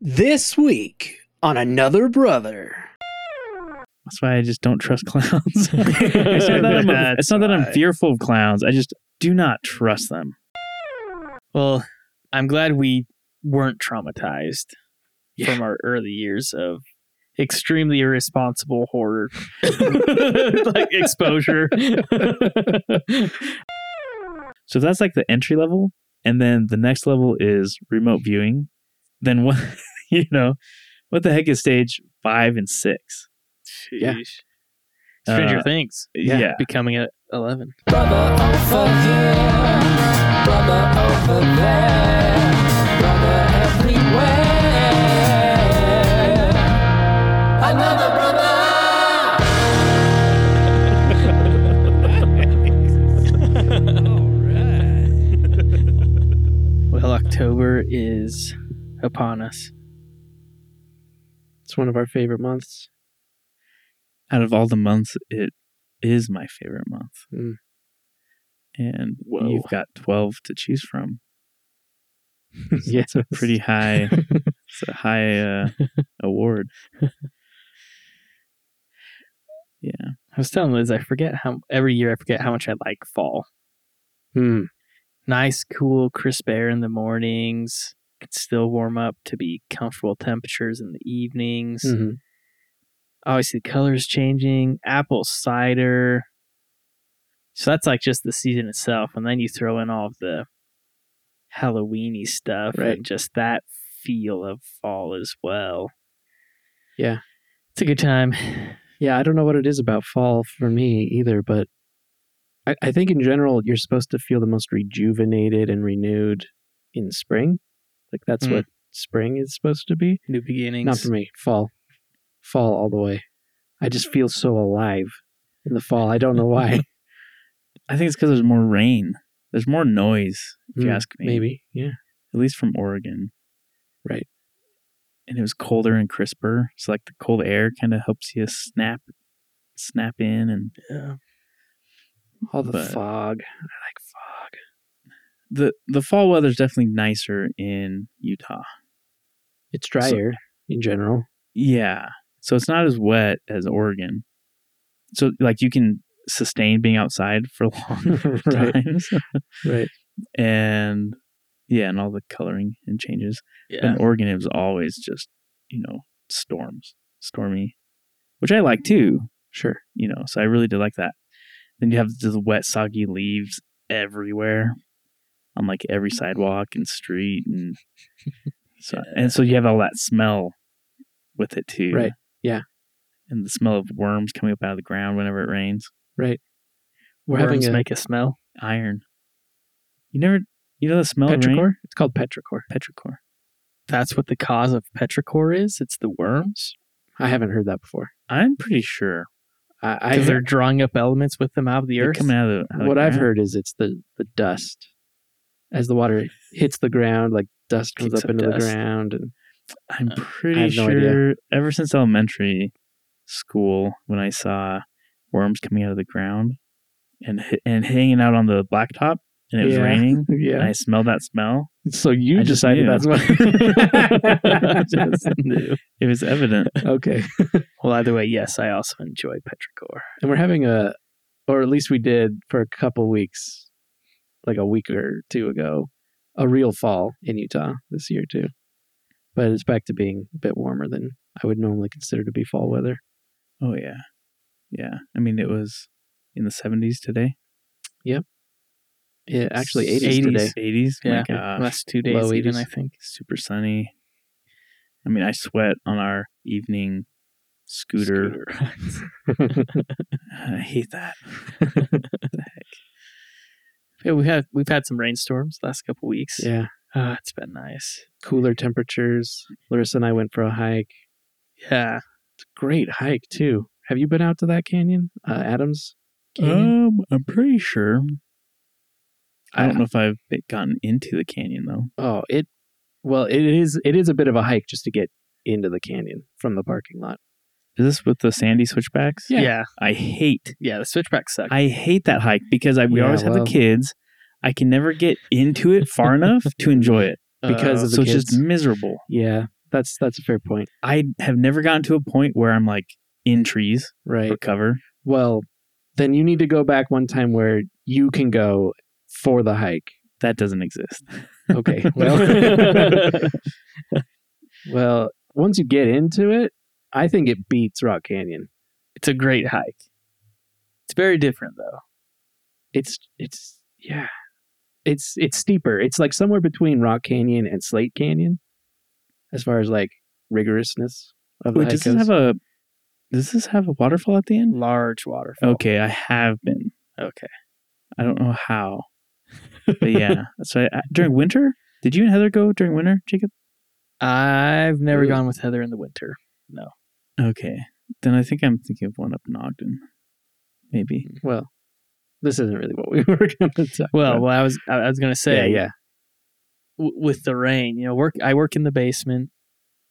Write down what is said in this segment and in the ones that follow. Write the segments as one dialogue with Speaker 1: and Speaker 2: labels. Speaker 1: This week on Another Brother.
Speaker 2: That's why I just don't trust clowns. it's, not that I'm a- it's not that I'm
Speaker 1: That's why.
Speaker 2: fearful of clowns. I just do not trust them. Well, I'm glad we weren't traumatized from our early years of extremely irresponsible horror like exposure. so that's like the entry level, and then the next level is remote viewing. Then what? You know, what the heck is stage five and six?
Speaker 1: Yeah.
Speaker 3: Stranger
Speaker 2: Uh,
Speaker 3: Things.
Speaker 2: yeah.
Speaker 3: Becoming at 11. Well, October is upon us.
Speaker 1: It's one of our favorite months.
Speaker 2: Out of all the months, it is my favorite month.
Speaker 1: Mm.
Speaker 2: And
Speaker 3: Whoa.
Speaker 2: you've got twelve to choose from.
Speaker 1: Yeah,
Speaker 2: it's a pretty high. it's a high uh, award.
Speaker 3: I was telling Liz, I forget how every year I forget how much I like fall.
Speaker 1: Hmm.
Speaker 3: Nice, cool, crisp air in the mornings. It's still warm up to be comfortable temperatures in the evenings.
Speaker 1: Mhm.
Speaker 3: Obviously, the colors changing. Apple cider. So that's like just the season itself, and then you throw in all of the Halloweeny stuff
Speaker 1: Right.
Speaker 3: and just that feel of fall as well.
Speaker 1: Yeah.
Speaker 3: it's a good time.
Speaker 1: Yeah, I don't know what it is about fall for me either, but I, I think in general you're supposed to feel the most rejuvenated and renewed in spring. Like that's
Speaker 3: Mm.
Speaker 1: what spring is supposed to be.
Speaker 3: New beginnings.
Speaker 1: Not for me. Fall. Fall all the way. I just feel so alive in the fall. I don't know why.
Speaker 2: I think it's because there's more rain. There's more noise, if you
Speaker 1: Mm,
Speaker 2: ask me.
Speaker 1: Maybe. Yeah.
Speaker 2: At least from Oregon.
Speaker 1: Right.
Speaker 2: And it was colder and crisper. So like the cold air kind of helps you snap, snap in and
Speaker 3: Yeah.
Speaker 1: All the
Speaker 2: But-
Speaker 1: fog. I like fog.
Speaker 2: the the fall weather's definitely nicer in Utah.
Speaker 1: It's drier in general.
Speaker 2: Yeah. So it's not as wet as Oregon. So like you can sustain being outside for long
Speaker 1: Right.
Speaker 2: times.
Speaker 1: Right.
Speaker 2: And yeah, and all the coloring and changes.
Speaker 3: Yeah.
Speaker 2: In Oregon it was always just, you know, storms. Stormy. Which I like too,
Speaker 1: Sure.
Speaker 2: you know, so I really did like that. Then you have the wet, soggy leaves everywhere on like every sidewalk and street and so and so you have all that smell with it too.
Speaker 1: Right. Yeah.
Speaker 2: And the smell of worms coming up out of the ground whenever it rains.
Speaker 1: We're
Speaker 3: Worms
Speaker 1: having a
Speaker 3: make a smell.
Speaker 2: Iron. You never you know the smell of rain?
Speaker 1: petrichor. It's called petrichor.
Speaker 2: Petrichor.
Speaker 3: That's what the cause of petrichor is. It's the worms
Speaker 1: I haven't heard that before.
Speaker 2: I'm pretty sure
Speaker 1: I, I
Speaker 3: because they're drawing up elements with them out of the
Speaker 2: they're
Speaker 3: earth.
Speaker 2: coming out of the out of the
Speaker 1: what I've
Speaker 2: ground.
Speaker 1: heard is it's the the dust as the water hits the ground, like dust comes up
Speaker 3: Kicks up
Speaker 1: into the
Speaker 3: dust.
Speaker 1: ground, and
Speaker 3: Uh,
Speaker 2: I'm pretty
Speaker 1: I have no idea.
Speaker 2: sure ever since elementary school when I saw worms coming out of the ground and hi- and hanging out on the blacktop and it was
Speaker 1: Yeah.
Speaker 2: raining and
Speaker 1: yeah.
Speaker 2: I smelled that smell.
Speaker 1: So you
Speaker 2: I just
Speaker 1: decided
Speaker 2: knew.
Speaker 1: that's
Speaker 3: I
Speaker 1: what.
Speaker 3: just knew.
Speaker 2: It was evident.
Speaker 1: okay,
Speaker 3: Well, either way, yes, I also enjoy petrichor.
Speaker 1: and we're having a, or at least we did for a couple weeks, like a week or two ago, a real fall in Utah this year too, but it's back to being a bit warmer than I would normally consider to be fall weather.
Speaker 2: Oh yeah. Yeah. I mean it was in the 70s today.
Speaker 1: Yeah, actually 80s, today.
Speaker 2: 80s.
Speaker 3: Yeah.
Speaker 2: My gosh.
Speaker 3: Last two days,
Speaker 1: Low
Speaker 3: even
Speaker 1: 80s.
Speaker 3: I think.
Speaker 2: super sunny. I mean, I sweat on our evening scooter.
Speaker 3: rides.
Speaker 2: I hate that.
Speaker 3: yeah, we've had we've had some rainstorms last couple weeks.
Speaker 1: Yeah,
Speaker 3: Ah, it's been nice.
Speaker 1: cooler temperatures. Larissa and I went for a hike.
Speaker 3: Yeah,
Speaker 1: great hike too. Have you been out to that canyon, uh, Adams? Canyon?
Speaker 2: Um, I'm pretty sure. I don't
Speaker 1: I-
Speaker 2: know if I've been- gotten into the canyon though.
Speaker 1: oh, it. Well, it is. It is a bit of a hike just to get into the canyon from the parking lot.
Speaker 2: Is this with the sandy switchbacks?
Speaker 1: Yeah.
Speaker 3: yeah, yeah.
Speaker 2: I hate.
Speaker 3: the switchback sucked.
Speaker 2: I hate that hike because I, we
Speaker 1: Yeah,
Speaker 2: always have
Speaker 1: well-
Speaker 2: the kids. I can never get into it far enough to enjoy it
Speaker 1: because
Speaker 3: Uh,
Speaker 1: of the
Speaker 2: so it's just
Speaker 1: kids.
Speaker 2: miserable.
Speaker 1: Yeah, That's that's a fair point,
Speaker 2: I have never gotten to a point where I'm like in trees
Speaker 1: right?
Speaker 2: for cover.
Speaker 1: Well, then you need to go back one time where you can go for the hike.
Speaker 2: That doesn't exist.
Speaker 1: Okay. Well, well, once you get into it, I think it beats Rock Canyon.
Speaker 3: It's a great hike. It's very different though.
Speaker 1: It's it's yeah. It's it's steeper. It's like somewhere between Rock Canyon and Slate Canyon as far as like rigorousness of the
Speaker 2: Wait,
Speaker 1: hike
Speaker 2: does this
Speaker 1: goes.
Speaker 2: have a does this have a waterfall at the end?
Speaker 3: Large waterfall.
Speaker 2: Okay, I have been.
Speaker 3: Oh. Okay.
Speaker 2: I don't know how. But yeah. So I, I- during winter, did you and Heather go during winter, Jacob?
Speaker 3: I've never
Speaker 1: Ooh.
Speaker 3: gone with Heather in the winter.
Speaker 2: Okay. Then I think I'm thinking of one up in Ogden. Maybe.
Speaker 1: well, this isn't really what we were going to talk
Speaker 3: Well,
Speaker 1: about.
Speaker 3: well, I was I I was gonna
Speaker 1: yeah,
Speaker 3: say
Speaker 1: yeah.
Speaker 3: w- with the rain. You know, work. I work in the basement,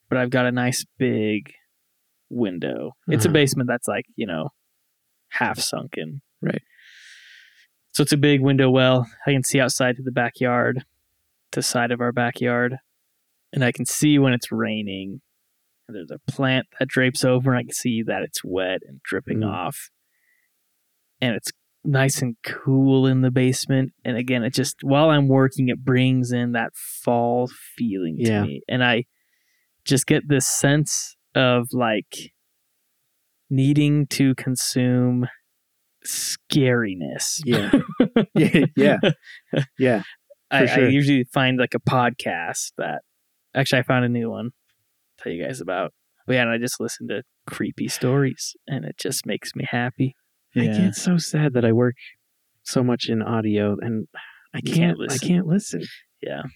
Speaker 3: but I've got a nice big window. It's a
Speaker 1: Uh-huh.
Speaker 3: basement that's like you know half sunken.
Speaker 1: Right.
Speaker 3: So it's a big window well. I can see outside to the backyard, to the side of our backyard, and I can see when it's raining. And There's a plant that drapes over, and I can see that it's wet and dripping
Speaker 1: Mm.
Speaker 3: off. And it's nice and cool in the basement. And again, it just while I'm working, it brings in that fall feeling
Speaker 1: Yeah.
Speaker 3: to me. And I just get this sense of like needing to consume scariness.
Speaker 1: Yeah. yeah. Yeah. Yeah.
Speaker 3: I,
Speaker 1: For sure.
Speaker 3: I usually find like a podcast that actually I found a new one. to Tell you guys about. But yeah, and I just listen to creepy stories and it just makes me happy.
Speaker 1: I get so sad that I work so much in audio and I
Speaker 3: You
Speaker 1: can't,
Speaker 3: can't
Speaker 1: I
Speaker 3: listen.
Speaker 1: can't listen.
Speaker 3: Yeah.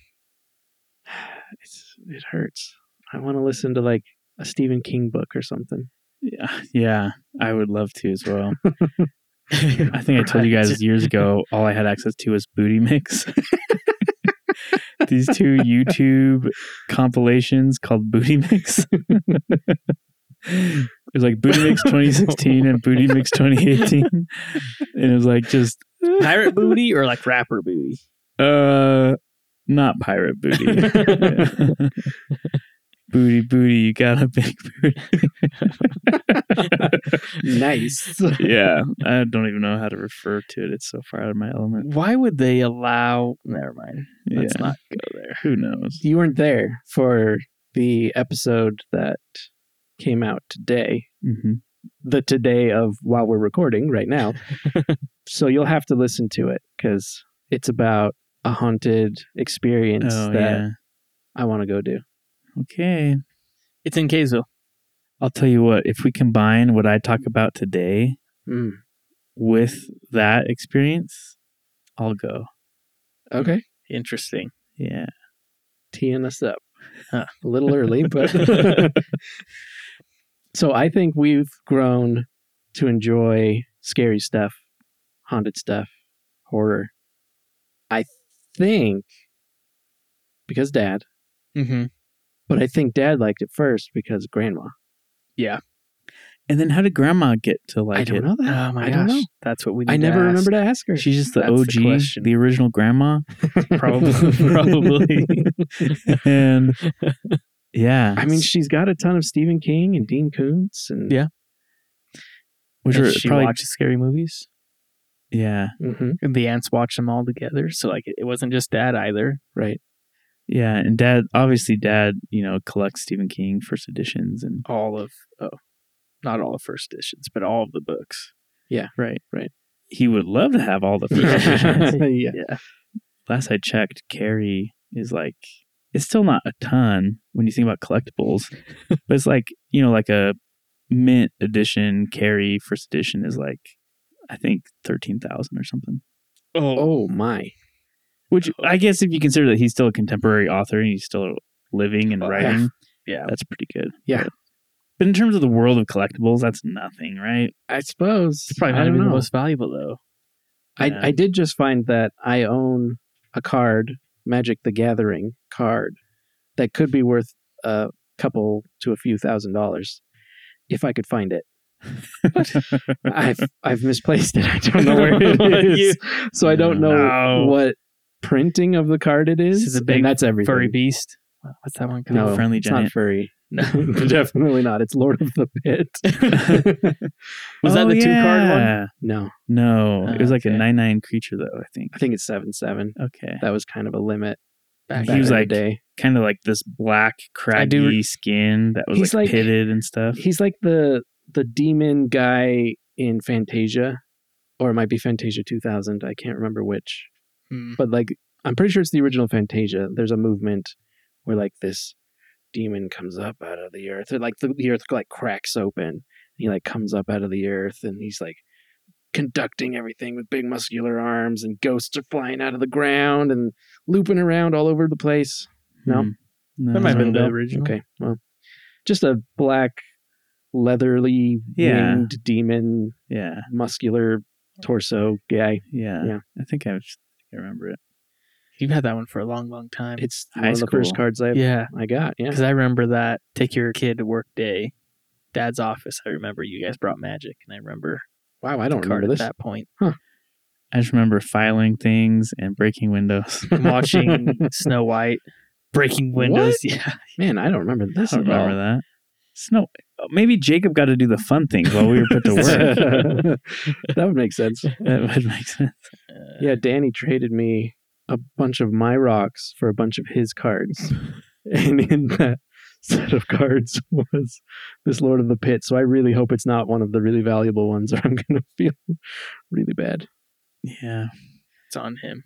Speaker 1: It's, it hurts. I want to listen to like a Stephen King book or something.
Speaker 2: Yeah, yeah, I would love to as well. I think I told you guys years ago all I had access to was Booty Mix. These two YouTube compilations called Booty Mix. it was like Booty Mix 2016 and Booty Mix 2018. And it was like just
Speaker 3: pirate booty or like rapper booty.
Speaker 2: uh not pirate booty. booty booty, you got a big booty.
Speaker 1: nice.
Speaker 2: yeah. I don't even know how to refer to it. It's so far out of my element.
Speaker 3: Why would they allow? Never mind. Let's
Speaker 2: yeah.
Speaker 3: not go there.
Speaker 2: Who knows?
Speaker 1: You weren't there for the episode that came out today,
Speaker 2: hmm
Speaker 1: the today of while we're recording right now. so you'll have to listen to it because it's about a haunted experience
Speaker 2: Oh
Speaker 1: that
Speaker 2: yeah.
Speaker 1: I want to go do.
Speaker 2: Okay.
Speaker 3: It's in Kaysville.
Speaker 2: I'll tell you what, if we combine what I talk about today
Speaker 1: Mm.
Speaker 2: with that experience, I'll go.
Speaker 1: Okay.
Speaker 3: Interesting.
Speaker 2: Yeah.
Speaker 1: Teeing us up
Speaker 3: Huh.
Speaker 1: a little early, but So I think we've grown to enjoy scary stuff, haunted stuff, horror. I think because dad,
Speaker 3: Mm-hmm.
Speaker 1: but I think dad liked it first because grandma.
Speaker 2: And then how did grandma get to like
Speaker 1: I don't
Speaker 2: it?
Speaker 1: know that.
Speaker 3: Oh my
Speaker 1: I
Speaker 3: gosh,
Speaker 1: don't know.
Speaker 3: that's what we. Need
Speaker 1: I
Speaker 3: to
Speaker 1: never
Speaker 3: ask.
Speaker 1: remember to ask her.
Speaker 2: She's just the
Speaker 3: That's the
Speaker 2: OG, the,
Speaker 3: question.
Speaker 2: original grandma.
Speaker 3: Probably, probably.
Speaker 2: and yeah.
Speaker 1: I mean, she's got a ton of Stephen King and Dean Koontz and
Speaker 3: Yeah.
Speaker 2: which
Speaker 3: And
Speaker 2: are
Speaker 3: she
Speaker 2: probably
Speaker 3: watches scary movies,
Speaker 2: Yeah.
Speaker 1: Mhm.
Speaker 3: and the ants watch them all together. So like, it wasn't just dad either.
Speaker 1: right.
Speaker 2: Yeah. And dad obviously dad, you know, collects Stephen King first editions and
Speaker 3: All of oh, not all of first editions, but all of the books.
Speaker 2: right.
Speaker 1: right.
Speaker 2: He would love to have all the first editions.
Speaker 1: yeah.
Speaker 2: last I checked, Carrie is like it's still not a ton when you think about collectibles, but it's like you know, like a mint edition Carrie first edition is like I think thirteen thousand or something.
Speaker 1: Oh my.
Speaker 2: Which I guess if you consider that he's still a contemporary author and he's still living and
Speaker 3: Well, yeah.
Speaker 2: writing,
Speaker 3: Yeah.
Speaker 2: that's pretty good.
Speaker 1: Yeah.
Speaker 2: But, but in terms of the world of collectibles, that's nothing, right?
Speaker 1: I suppose.
Speaker 3: It's probably
Speaker 1: I
Speaker 3: not
Speaker 1: don't
Speaker 3: even the
Speaker 1: know.
Speaker 3: most valuable though.
Speaker 1: I,
Speaker 2: Yeah.
Speaker 1: I did just find that I own a card, Magic the Gathering card, that could be worth a couple to a few thousand dollars if I could find it. I've I've misplaced it. I don't know where it is, so I don't know
Speaker 2: No.
Speaker 1: what printing of the card it is.
Speaker 3: This is a
Speaker 1: and
Speaker 3: big
Speaker 1: that's everything.
Speaker 3: Furry beast.
Speaker 2: What's that one called?
Speaker 1: No,
Speaker 2: Friendly
Speaker 1: it's
Speaker 2: Giant.
Speaker 1: not furry.
Speaker 2: No.
Speaker 1: Definitely not. It's Lord of the Pit.
Speaker 2: Was that
Speaker 1: Oh,
Speaker 2: the two card one?
Speaker 1: yeah. No,
Speaker 2: No,
Speaker 3: Oh,
Speaker 2: it was like
Speaker 3: okay.
Speaker 2: a nine nine creature though. I think.
Speaker 1: I think it's seven seven.
Speaker 2: Okay,
Speaker 1: That was kind of a limit.
Speaker 2: Back
Speaker 1: back
Speaker 2: was
Speaker 1: in the
Speaker 2: like-
Speaker 1: day.
Speaker 2: kind of like this black craggy
Speaker 1: do-
Speaker 2: skin that was
Speaker 1: He's
Speaker 2: like,
Speaker 1: like-
Speaker 2: pitted and stuff.
Speaker 1: he's like the the demon guy in Fantasia, or it might be Fantasia two thousand. I can't remember which,
Speaker 3: Hmm.
Speaker 1: but like I'm pretty sure it's the original Fantasia. There's a movement where like this demon comes up out of the earth, or like the, the earth like cracks open. And he like comes up out of the earth, and he's like conducting everything with big muscular arms, and ghosts are flying out of the ground and looping around all over the place. No?
Speaker 2: Hmm. no,
Speaker 3: That might have been the
Speaker 1: Nope.
Speaker 3: original.
Speaker 1: Okay, well, just a black, leatherly,
Speaker 2: Yeah.
Speaker 1: winged demon,
Speaker 2: Yeah,
Speaker 1: muscular torso guy.
Speaker 2: yeah,
Speaker 1: Yeah.
Speaker 2: I think I, was, I remember it.
Speaker 3: You've had that one for a long, long time.
Speaker 1: It's
Speaker 2: High
Speaker 1: one of the first
Speaker 2: school.
Speaker 1: cards I
Speaker 3: yeah,
Speaker 1: I got. Yeah,
Speaker 3: because I remember that take your kid to work day, dad's office. I remember you guys brought magic, and I remember
Speaker 1: wow, I
Speaker 3: the
Speaker 1: don't
Speaker 3: card
Speaker 1: remember
Speaker 3: at
Speaker 1: this.
Speaker 3: that point.
Speaker 2: I just remember filing things and breaking windows.
Speaker 3: I'm watching Snow White breaking windows. Yeah,
Speaker 1: Man, I don't remember
Speaker 2: I
Speaker 1: this.
Speaker 2: don't
Speaker 1: at all.
Speaker 2: remember that. Snow. Maybe Jacob got to do the fun things while we were put to work.
Speaker 1: that would make sense.
Speaker 2: that would make sense.
Speaker 1: Yeah, Danny traded me a bunch of my rocks for a bunch of his cards. and in that set of cards was this Lord of the Pit. So I really hope it's not one of the really valuable ones or I'm going to feel really bad.
Speaker 2: Yeah.
Speaker 3: it's on him.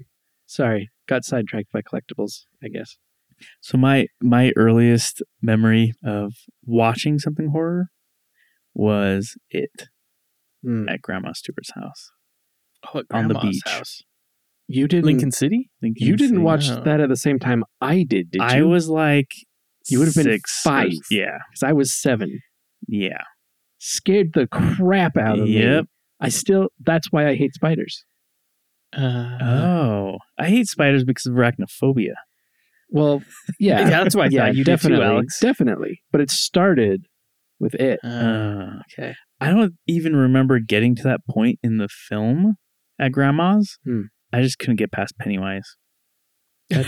Speaker 1: Sorry, got sidetracked by collectibles, I guess.
Speaker 2: So my my earliest memory of watching something horror was it
Speaker 1: Hmm.
Speaker 2: at Grandma Stewart's house.
Speaker 3: Oh, at
Speaker 2: On the
Speaker 3: Grandma's
Speaker 2: beach.
Speaker 3: House.
Speaker 1: You didn't
Speaker 3: Lincoln City.
Speaker 2: Lincoln
Speaker 1: You didn't
Speaker 2: City.
Speaker 1: watch
Speaker 3: No.
Speaker 1: that at the same time I did, did you?
Speaker 2: I was like
Speaker 1: You would have been
Speaker 2: six or-
Speaker 1: five.
Speaker 2: Yeah.
Speaker 1: 'Cause I was 7.
Speaker 2: Yeah.
Speaker 1: Scared the crap out of me.
Speaker 2: Yep.
Speaker 1: I still that's why I hate spiders.
Speaker 3: Uh,
Speaker 2: Oh. I hate spiders because of arachnophobia.
Speaker 1: Well, yeah.
Speaker 3: yeah, that's what I thought. You
Speaker 1: definitely,
Speaker 3: did too, Alex.
Speaker 1: definitely. But it started with it.
Speaker 3: Uh,
Speaker 2: Uh,
Speaker 3: okay.
Speaker 2: I don't even remember getting to that point in the film at Grandma's.
Speaker 1: Hmm.
Speaker 2: I just couldn't get past Pennywise. That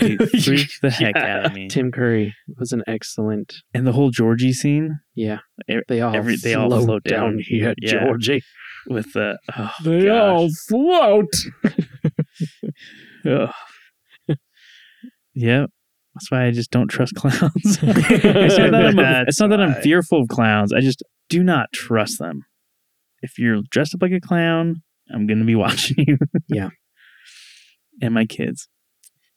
Speaker 2: dude freaked the heck out of me.
Speaker 1: Tim Curry was an excellent.
Speaker 2: And the whole Georgie scene
Speaker 1: Yeah,
Speaker 2: Ev-
Speaker 1: they all
Speaker 2: every- they all
Speaker 1: float
Speaker 2: float
Speaker 1: down,
Speaker 2: down.
Speaker 1: here,
Speaker 2: Yeah.
Speaker 1: Georgie.
Speaker 2: with the oh,
Speaker 1: They
Speaker 2: gosh.
Speaker 1: all float.
Speaker 2: Ugh. yep. That's why I just don't trust clowns. it's, not that I'm a- it's not that I'm
Speaker 3: That's
Speaker 2: fearful of clowns. I just do not trust them. If you're dressed up like a clown, I'm going to be watching you.
Speaker 1: Yeah.
Speaker 2: And my kids.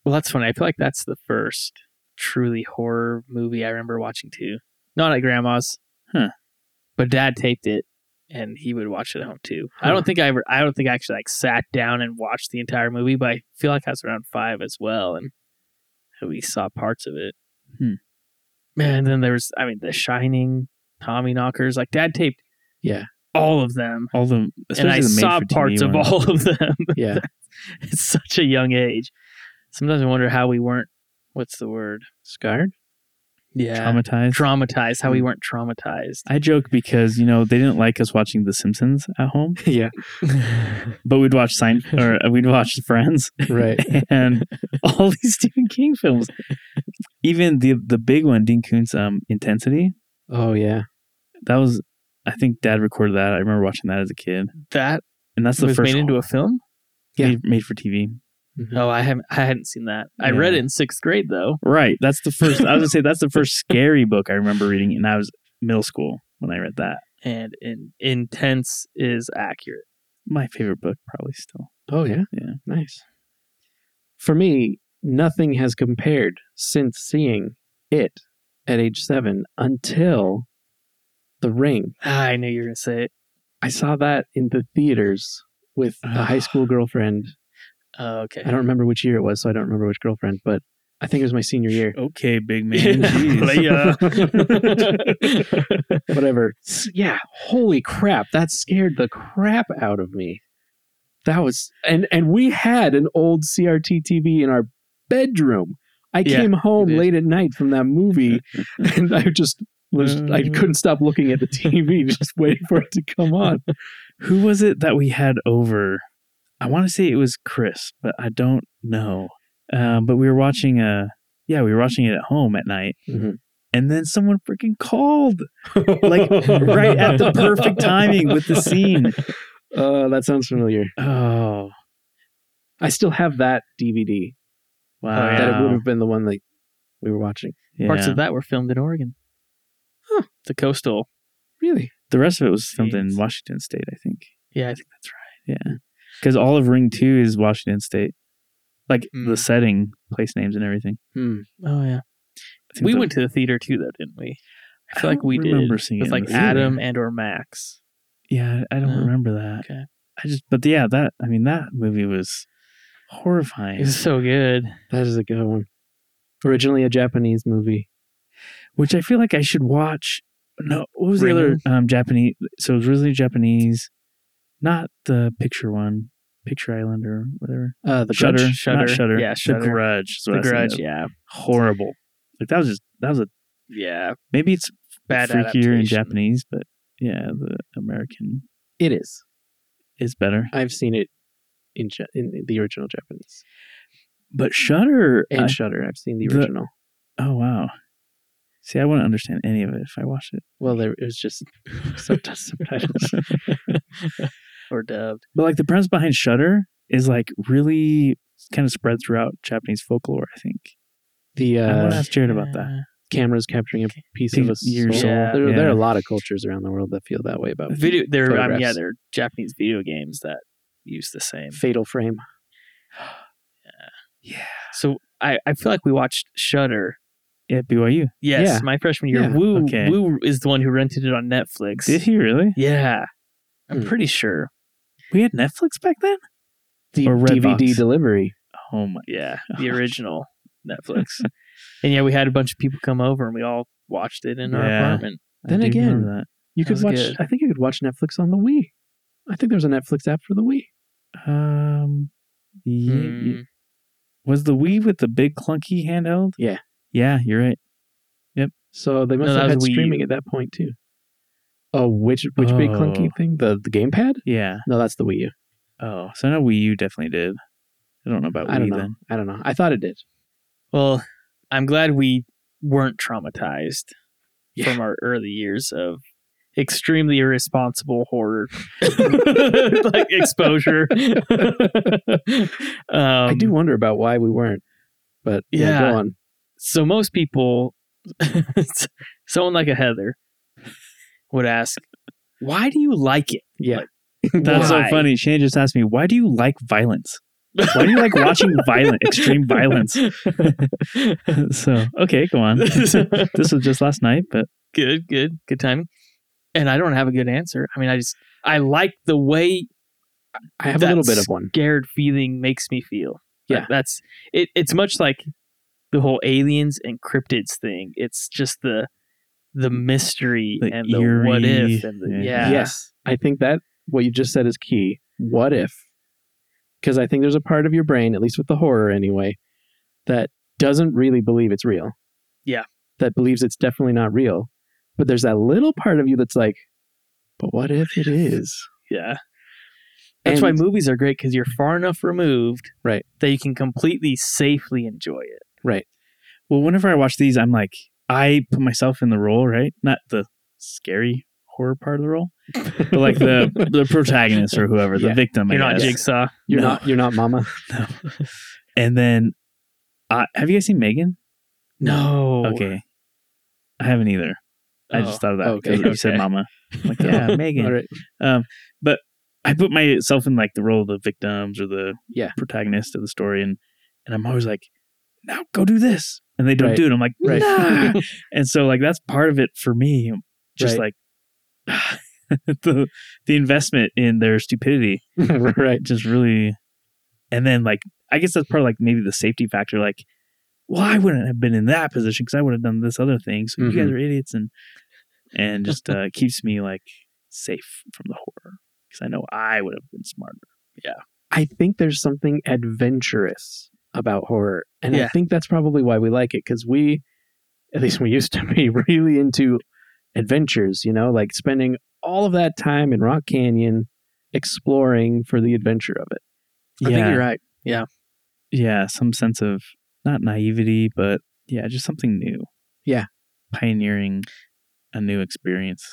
Speaker 3: Well, that's funny. I feel like that's the first truly horror movie I remember watching too. Not at grandma's,
Speaker 2: Huh.
Speaker 3: But dad taped it, and he would watch it at home too. I
Speaker 1: Huh.
Speaker 3: don't think I ever. I don't think I actually like sat down and watched the entire movie, but I feel like I was around five as well, and we saw parts of it.
Speaker 2: Hmm.
Speaker 3: Man, and then there was. I mean, The Shining, Tommy Knockers. Like dad taped.
Speaker 1: Yeah.
Speaker 3: All of them,
Speaker 2: All the
Speaker 3: and I
Speaker 2: especially the
Speaker 3: saw
Speaker 2: made-for-TV
Speaker 3: parts of
Speaker 2: ones.
Speaker 3: all of them
Speaker 1: Yeah,
Speaker 3: at such a young age. Sometimes I wonder how we weren't. What's the word?
Speaker 1: scarred.
Speaker 3: Yeah, Mm.
Speaker 2: traumatized.
Speaker 3: traumatized. How we weren't traumatized.
Speaker 2: I joke because you know they didn't like us watching The Simpsons at home,
Speaker 1: yeah,
Speaker 2: but we'd watch Sign or we'd watch Friends
Speaker 1: right.
Speaker 2: and all these Stephen King films. Even the the big one, Dean Koontz, um, Intensity.
Speaker 1: Oh yeah,
Speaker 2: That was, I think, Dad recorded that. I remember watching that as a kid,
Speaker 3: That
Speaker 2: and that's the
Speaker 3: was
Speaker 2: first
Speaker 3: made into a film.
Speaker 1: yeah.
Speaker 2: made, made for TV.
Speaker 1: Mm-hmm.
Speaker 3: Oh, I haven't. I hadn't seen that. I read
Speaker 2: Yeah.
Speaker 3: it in sixth grade though.
Speaker 2: Right. That's the first. I was gonna say that's the first scary book I remember reading, and I was middle school when I read that.
Speaker 3: And in, intense is accurate.
Speaker 2: My favorite book, probably still.
Speaker 1: Oh yeah,
Speaker 2: Yeah.
Speaker 1: Nice. For me, nothing has compared since seeing it at age seven until The Ring.
Speaker 3: Ah, I knew you were gonna say it.
Speaker 1: I saw that in the theaters with a high school girlfriend.
Speaker 3: Oh, okay.
Speaker 1: I don't remember which year it was, so I don't remember which girlfriend, but I think it was my senior year.
Speaker 2: Okay, big man.
Speaker 3: Play, uh,
Speaker 1: Whatever. S- Yeah, holy crap, that scared the crap out of me. That was and and we had an old CRT TV in our bedroom. I
Speaker 3: Yeah,
Speaker 1: came home
Speaker 3: you did.
Speaker 1: late at night from that movie and I just was I
Speaker 2: Mm.
Speaker 1: couldn't stop looking at the TV just waiting for it to come on.
Speaker 2: Who was it that we had over? I want to say it was Chris, but I don't know. Um, but we were watching a Yeah, we were watching it at home at night.
Speaker 3: Mm-hmm.
Speaker 1: Mhm.
Speaker 2: And then someone freaking called like right at the perfect timing with the scene.
Speaker 1: Uh, that sounds familiar.
Speaker 2: Oh,
Speaker 1: I still have that DVD.
Speaker 2: wow.
Speaker 3: Oh,
Speaker 1: Uh, That it would have been the one that we were watching.
Speaker 2: Yeah.
Speaker 3: Parts of that were filmed in Oregon.
Speaker 1: Huh.
Speaker 3: The coastal.
Speaker 1: Really?
Speaker 2: the rest of it was filmed in
Speaker 3: Scenes.
Speaker 2: Washington State, I think.
Speaker 3: Yeah, I think that's right.
Speaker 2: Yeah. Because all of Ring 2 is Washington State. Like the
Speaker 3: Mm.
Speaker 2: setting, place names, and everything.
Speaker 1: Hmm.
Speaker 3: Oh yeah.
Speaker 2: I think
Speaker 3: We
Speaker 2: that-
Speaker 3: went to the theater too, though, didn't we? I feel
Speaker 2: I
Speaker 3: like
Speaker 2: don't
Speaker 3: we
Speaker 2: remember
Speaker 3: did
Speaker 2: seeing it
Speaker 3: with
Speaker 2: in
Speaker 3: like
Speaker 2: the theater.
Speaker 3: Adam and or Max.
Speaker 2: Yeah, I don't
Speaker 3: No.
Speaker 2: remember that.
Speaker 3: Okay.
Speaker 2: I just, but yeah, that, I mean, that movie was
Speaker 3: It
Speaker 2: horrifying,
Speaker 3: was so good.
Speaker 1: That is a good one. Originally a Japanese movie.
Speaker 2: which I feel like I should watch. No, what was the other
Speaker 3: Ring?
Speaker 2: um, Japanese? So it was originally Japanese, not the picture one, Picture Island or whatever.
Speaker 1: Uh, the
Speaker 2: Shutter,
Speaker 1: Grudge?
Speaker 2: Shutter, not Shutter.
Speaker 3: Yeah,
Speaker 2: The
Speaker 3: Shudder.
Speaker 2: Grudge. is what I
Speaker 3: The
Speaker 2: was thinking
Speaker 3: Grudge.
Speaker 2: of.
Speaker 3: Yeah.
Speaker 2: Horrible. Like that was just that was a
Speaker 3: Yeah.
Speaker 2: maybe it's
Speaker 3: Bad
Speaker 2: freakier in
Speaker 3: adaptation.
Speaker 2: Japanese, but yeah, the American
Speaker 1: It is.
Speaker 2: is better.
Speaker 1: I've seen it in Ja- in the original Japanese
Speaker 2: But Shutter,
Speaker 1: and Shutter. I've seen the
Speaker 2: the-
Speaker 1: original.
Speaker 2: oh wow. See, I wouldn't understand any of it if I watched it.
Speaker 1: well, there it was just sub- subtitles.
Speaker 3: Or dubbed.
Speaker 2: But like the premise behind Shutter is like really kind of spread throughout Japanese folklore. I think
Speaker 1: The
Speaker 2: I want
Speaker 1: uh,
Speaker 2: to ask Jared about that.
Speaker 1: cameras capturing a piece of a
Speaker 2: Piece- your
Speaker 1: soul.
Speaker 3: soul.
Speaker 1: There, there are a
Speaker 2: Yeah.
Speaker 1: lot of cultures around the world that feel that way about
Speaker 3: Video. There. I mean, yeah.
Speaker 1: Photographs.
Speaker 3: There are Japanese video games that use the same.
Speaker 1: Fatal Frame.
Speaker 2: Yeah.
Speaker 3: So I, I feel like we watched Shudder.
Speaker 2: At BYU.
Speaker 3: Yes,
Speaker 1: Yeah.
Speaker 3: my freshman year.
Speaker 1: Yeah,
Speaker 3: Woo
Speaker 2: okay.
Speaker 3: Woo is the one who rented it on Netflix.
Speaker 2: Did he really?
Speaker 3: Yeah. I'm
Speaker 1: Hmm.
Speaker 3: pretty sure.
Speaker 2: We had Netflix back then?
Speaker 1: The
Speaker 2: Or Redbox.
Speaker 1: DVD delivery.
Speaker 2: Oh my.
Speaker 3: Yeah. The
Speaker 2: Gosh.
Speaker 3: original Netflix. and yeah, we had a bunch of people come over and we all watched it in our
Speaker 2: Yeah.
Speaker 3: apartment.
Speaker 2: I
Speaker 1: Then
Speaker 2: do
Speaker 1: again-
Speaker 2: remember that.
Speaker 1: You
Speaker 3: That
Speaker 1: could
Speaker 3: was
Speaker 1: watch.
Speaker 3: good.
Speaker 1: I think you could watch Netflix on the Wii. I think there's a Netflix app for the Wii.
Speaker 2: Um, ye-
Speaker 3: Hmm.
Speaker 2: ye- Was the Wii with the big clunky handheld?
Speaker 1: Yeah.
Speaker 2: Yeah, you're right.
Speaker 1: So they must
Speaker 3: No, that
Speaker 1: have had
Speaker 3: was Wii U.
Speaker 1: streaming at that point too. Oh, which which big clunky
Speaker 2: Oh.
Speaker 1: thing? The the gamepad?
Speaker 2: Yeah.
Speaker 1: No, that's the Wii U.
Speaker 2: Oh, so I know Wii U definitely did. I don't know about
Speaker 1: I
Speaker 2: Wii
Speaker 1: don't know.
Speaker 2: then.
Speaker 1: I don't know. I thought it did.
Speaker 3: Well, I'm glad we weren't traumatized
Speaker 1: Yeah.
Speaker 3: from our early years of extremely irresponsible horror like exposure. um,
Speaker 1: I do wonder about why we weren't. But yeah,
Speaker 3: Yeah.
Speaker 1: go on.
Speaker 3: so most people someone like a heather would ask why do you like it
Speaker 1: Yeah.
Speaker 2: That's
Speaker 3: Why?
Speaker 2: so funny. Shane just asked me, why do you like violence? Why do you like watching violent, extreme violence? so, okay, go on. this was just last night, but
Speaker 3: good good good timing and i don't have a good answer i mean i just i like the way
Speaker 1: I have a little bit
Speaker 3: That's-
Speaker 1: of one.
Speaker 3: scared feeling makes me feel Like,
Speaker 1: Yeah.
Speaker 3: that's it it's much like the whole aliens and cryptids thing it's just the the mystery
Speaker 2: The
Speaker 3: and the what
Speaker 2: eerie-
Speaker 3: if and
Speaker 2: yeah.
Speaker 3: the, yeah
Speaker 1: Yes. I think that what you just said is key. What if? Because I think there's a part of your brain, at least with the horror anyway, that doesn't really believe it's real.
Speaker 3: Yeah.
Speaker 1: That believes it's definitely not real. But there's that little part of you that's like, but what if it is?
Speaker 3: Yeah. That's
Speaker 1: And-
Speaker 3: why movies are great because you're far enough removed
Speaker 1: Right.
Speaker 3: that you can completely safely enjoy it.
Speaker 2: Well, whenever I watch these, I'm like, I put myself in the role, right? Not the scary horror part of the role, but like the the protagonist or whoever, the
Speaker 1: Yeah.
Speaker 2: victim. I
Speaker 3: You're not
Speaker 2: guess.
Speaker 3: Jigsaw.
Speaker 1: You're
Speaker 2: No.
Speaker 1: not. You're not, Mama.
Speaker 2: And then, uh, have you guys seen Megan?
Speaker 3: No.
Speaker 2: Okay, I haven't either. I
Speaker 1: Oh.
Speaker 2: just thought of that
Speaker 1: okay,
Speaker 2: because you said
Speaker 3: Oh, okay.
Speaker 2: Mama. I'm like, yeah, Megan.
Speaker 1: All right.
Speaker 2: Um, I put myself in like the role of the victims or the
Speaker 1: Yeah.
Speaker 2: protagonist of the story, and and I'm always like, now go do this, and they don't
Speaker 1: Right.
Speaker 2: do it. I'm like,
Speaker 1: Right.
Speaker 2: nah. and so like that's part of it for me. Just like the the investment in their stupidity,
Speaker 1: right.
Speaker 2: it just really, and then like I guess that's part of like maybe the safety factor. Like, well, I wouldn't have been in that position because I would have done this other thing. So you guys
Speaker 1: Mhm.
Speaker 2: are idiots, and and just uh, keeps me like safe from the horror because I know I would have been smarter.
Speaker 1: I think there's something adventurous about horror. And I
Speaker 3: Yeah.
Speaker 1: think that's probably why we like it because we, at least we used to be really into adventures, you know, like spending all of that time in Rock Canyon exploring for the adventure of it.
Speaker 3: I think you're right.
Speaker 2: yeah, some sense of not naivety, but Yeah, just something new.
Speaker 1: Yeah.
Speaker 2: Pioneering a new experience.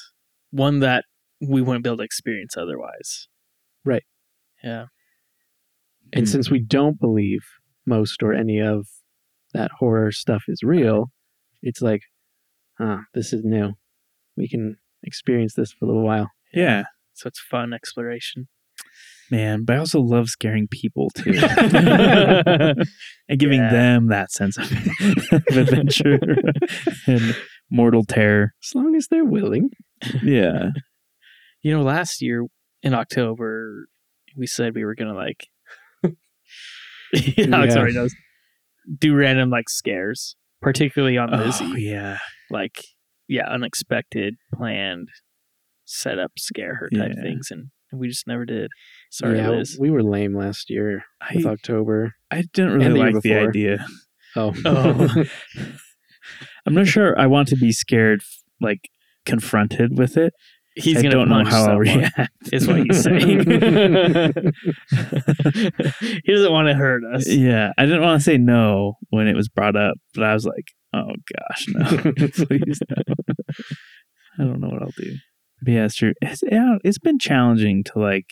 Speaker 3: One that we wouldn't be able to experience otherwise.
Speaker 1: Right.
Speaker 3: Yeah.
Speaker 1: And
Speaker 2: Hmm.
Speaker 1: since we don't believe most or any of that horror stuff is real, it's like, huh, this is new. We can experience this for a little while.
Speaker 2: Yeah.
Speaker 3: So it's fun exploration.
Speaker 2: Man, but I also love scaring people too. and giving
Speaker 3: Yeah.
Speaker 2: them that sense of, of adventure and mortal terror.
Speaker 1: As long as they're willing.
Speaker 2: Yeah.
Speaker 3: You know, last year in October, we said we were gonna like. Alex
Speaker 1: Yeah.
Speaker 3: already knows. Do random like scares, particularly on Lizzie.
Speaker 2: Oh, yeah.
Speaker 3: Like, yeah, unexpected, planned, set up, scare her type
Speaker 2: Yeah.
Speaker 3: things, and we just never did. Sorry,
Speaker 1: yeah,
Speaker 3: Liz.
Speaker 1: we were lame last year with
Speaker 2: I,
Speaker 1: October.
Speaker 2: I didn't
Speaker 1: And
Speaker 2: really
Speaker 1: the year before.
Speaker 2: like the idea.
Speaker 1: Oh,
Speaker 3: Oh.
Speaker 2: I'm not sure I want to be scared, like confronted with it.
Speaker 3: He's
Speaker 2: I
Speaker 3: gonna
Speaker 2: don't know
Speaker 3: punch
Speaker 2: how I'll
Speaker 3: someone,
Speaker 2: react.
Speaker 3: is what he's saying. he doesn't want to hurt us.
Speaker 2: Yeah. I didn't want to say no when it was brought up, but I was like, oh gosh, no. Please no. I don't know what I'll do. But yeah, it's true. It's, yeah, it's been challenging to like,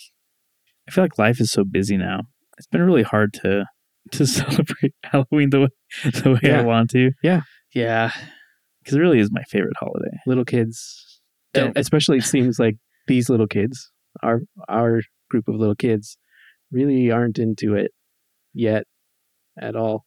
Speaker 2: I feel like life is so busy now. It's been really hard to to celebrate Halloween the way, the way
Speaker 1: Yeah.
Speaker 2: I want to
Speaker 3: Yeah,
Speaker 2: because it really is my favorite holiday.
Speaker 1: little kids.
Speaker 3: Don't.
Speaker 1: Especially, it seems like these little kids, our our group of little kids, really aren't into it yet at all.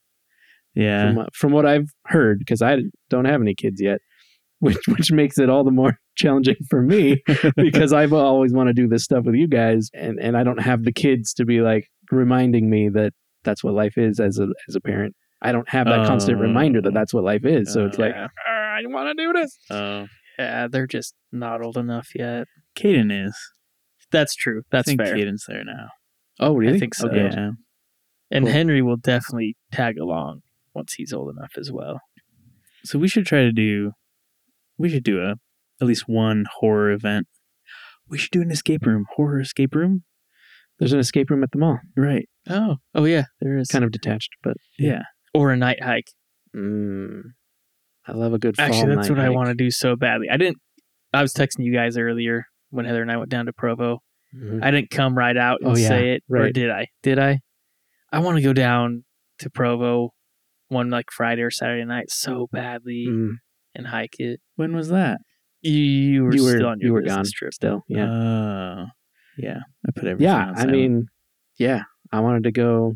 Speaker 2: Yeah.
Speaker 1: from, uh, from what I've heard, because I don't have any kids yet, which which makes it all the more challenging for me because I've always want to do this stuff with you guys, and and I don't have the kids to be like reminding me that that's what life is as a as a parent. I don't have that constant
Speaker 2: Oh.
Speaker 1: reminder that that's what life is. So it's like
Speaker 3: Oh, yeah.
Speaker 1: "Ah, I want to do this.
Speaker 2: Oh.
Speaker 3: yeah, they're just not old enough yet.
Speaker 2: Caden is.
Speaker 3: That's true.
Speaker 2: I
Speaker 3: That's
Speaker 2: think
Speaker 3: fair.
Speaker 2: Caden's there now.
Speaker 1: Oh, really?
Speaker 3: think so.
Speaker 1: Okay.
Speaker 2: Yeah.
Speaker 3: And
Speaker 1: Cool.
Speaker 3: Henry will definitely tag along once he's old enough as well.
Speaker 2: So we should try to do, we should do a at least one horror event. We should do an escape room, horror escape room.
Speaker 1: There's an escape room at the mall,
Speaker 2: Right.
Speaker 3: Oh, oh yeah, there is.
Speaker 1: kind of detached, but
Speaker 2: Yeah.
Speaker 3: or a night hike.
Speaker 1: mm, I love a good. Fall
Speaker 3: Actually, that's
Speaker 1: night
Speaker 3: what I
Speaker 1: hike.
Speaker 3: want to do so badly. I didn't. I was texting you guys earlier when Heather and I went down to Provo.
Speaker 1: Mhm.
Speaker 3: I didn't come right out and
Speaker 1: Oh, yeah,
Speaker 3: say it, or
Speaker 1: right.
Speaker 3: did I? Did I? I want to go down to Provo one like Friday or Saturday night so badly
Speaker 1: Mm,
Speaker 3: and hike it.
Speaker 2: When was that?
Speaker 3: You, you were
Speaker 1: you were
Speaker 3: still on your
Speaker 1: you were
Speaker 3: business
Speaker 1: gone
Speaker 3: trip.
Speaker 1: still. Yeah.
Speaker 2: Oh. yeah. I put everything.
Speaker 1: yeah
Speaker 2: on
Speaker 1: i
Speaker 2: silent.
Speaker 1: mean yeah i wanted to go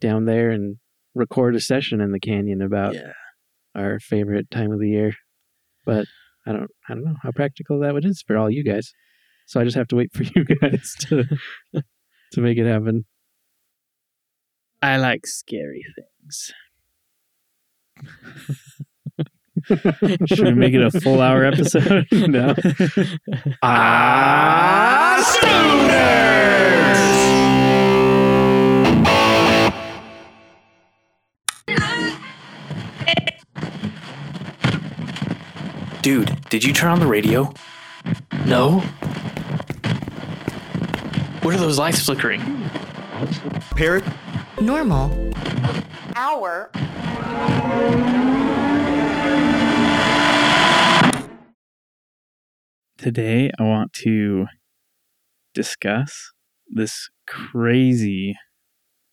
Speaker 1: down there and record a session in the canyon about
Speaker 3: Yeah.
Speaker 1: our favorite time of the year but i don't i don't know how practical that would is for all you guys so i just have to wait for you guys to to make it happen
Speaker 3: I like scary things.
Speaker 2: should we make it a full hour episode?
Speaker 1: no ah
Speaker 4: Dude, did you turn on the radio? No? What are those lights flickering? Parrot?
Speaker 5: normal
Speaker 6: hour
Speaker 2: Today, I want to discuss this crazy,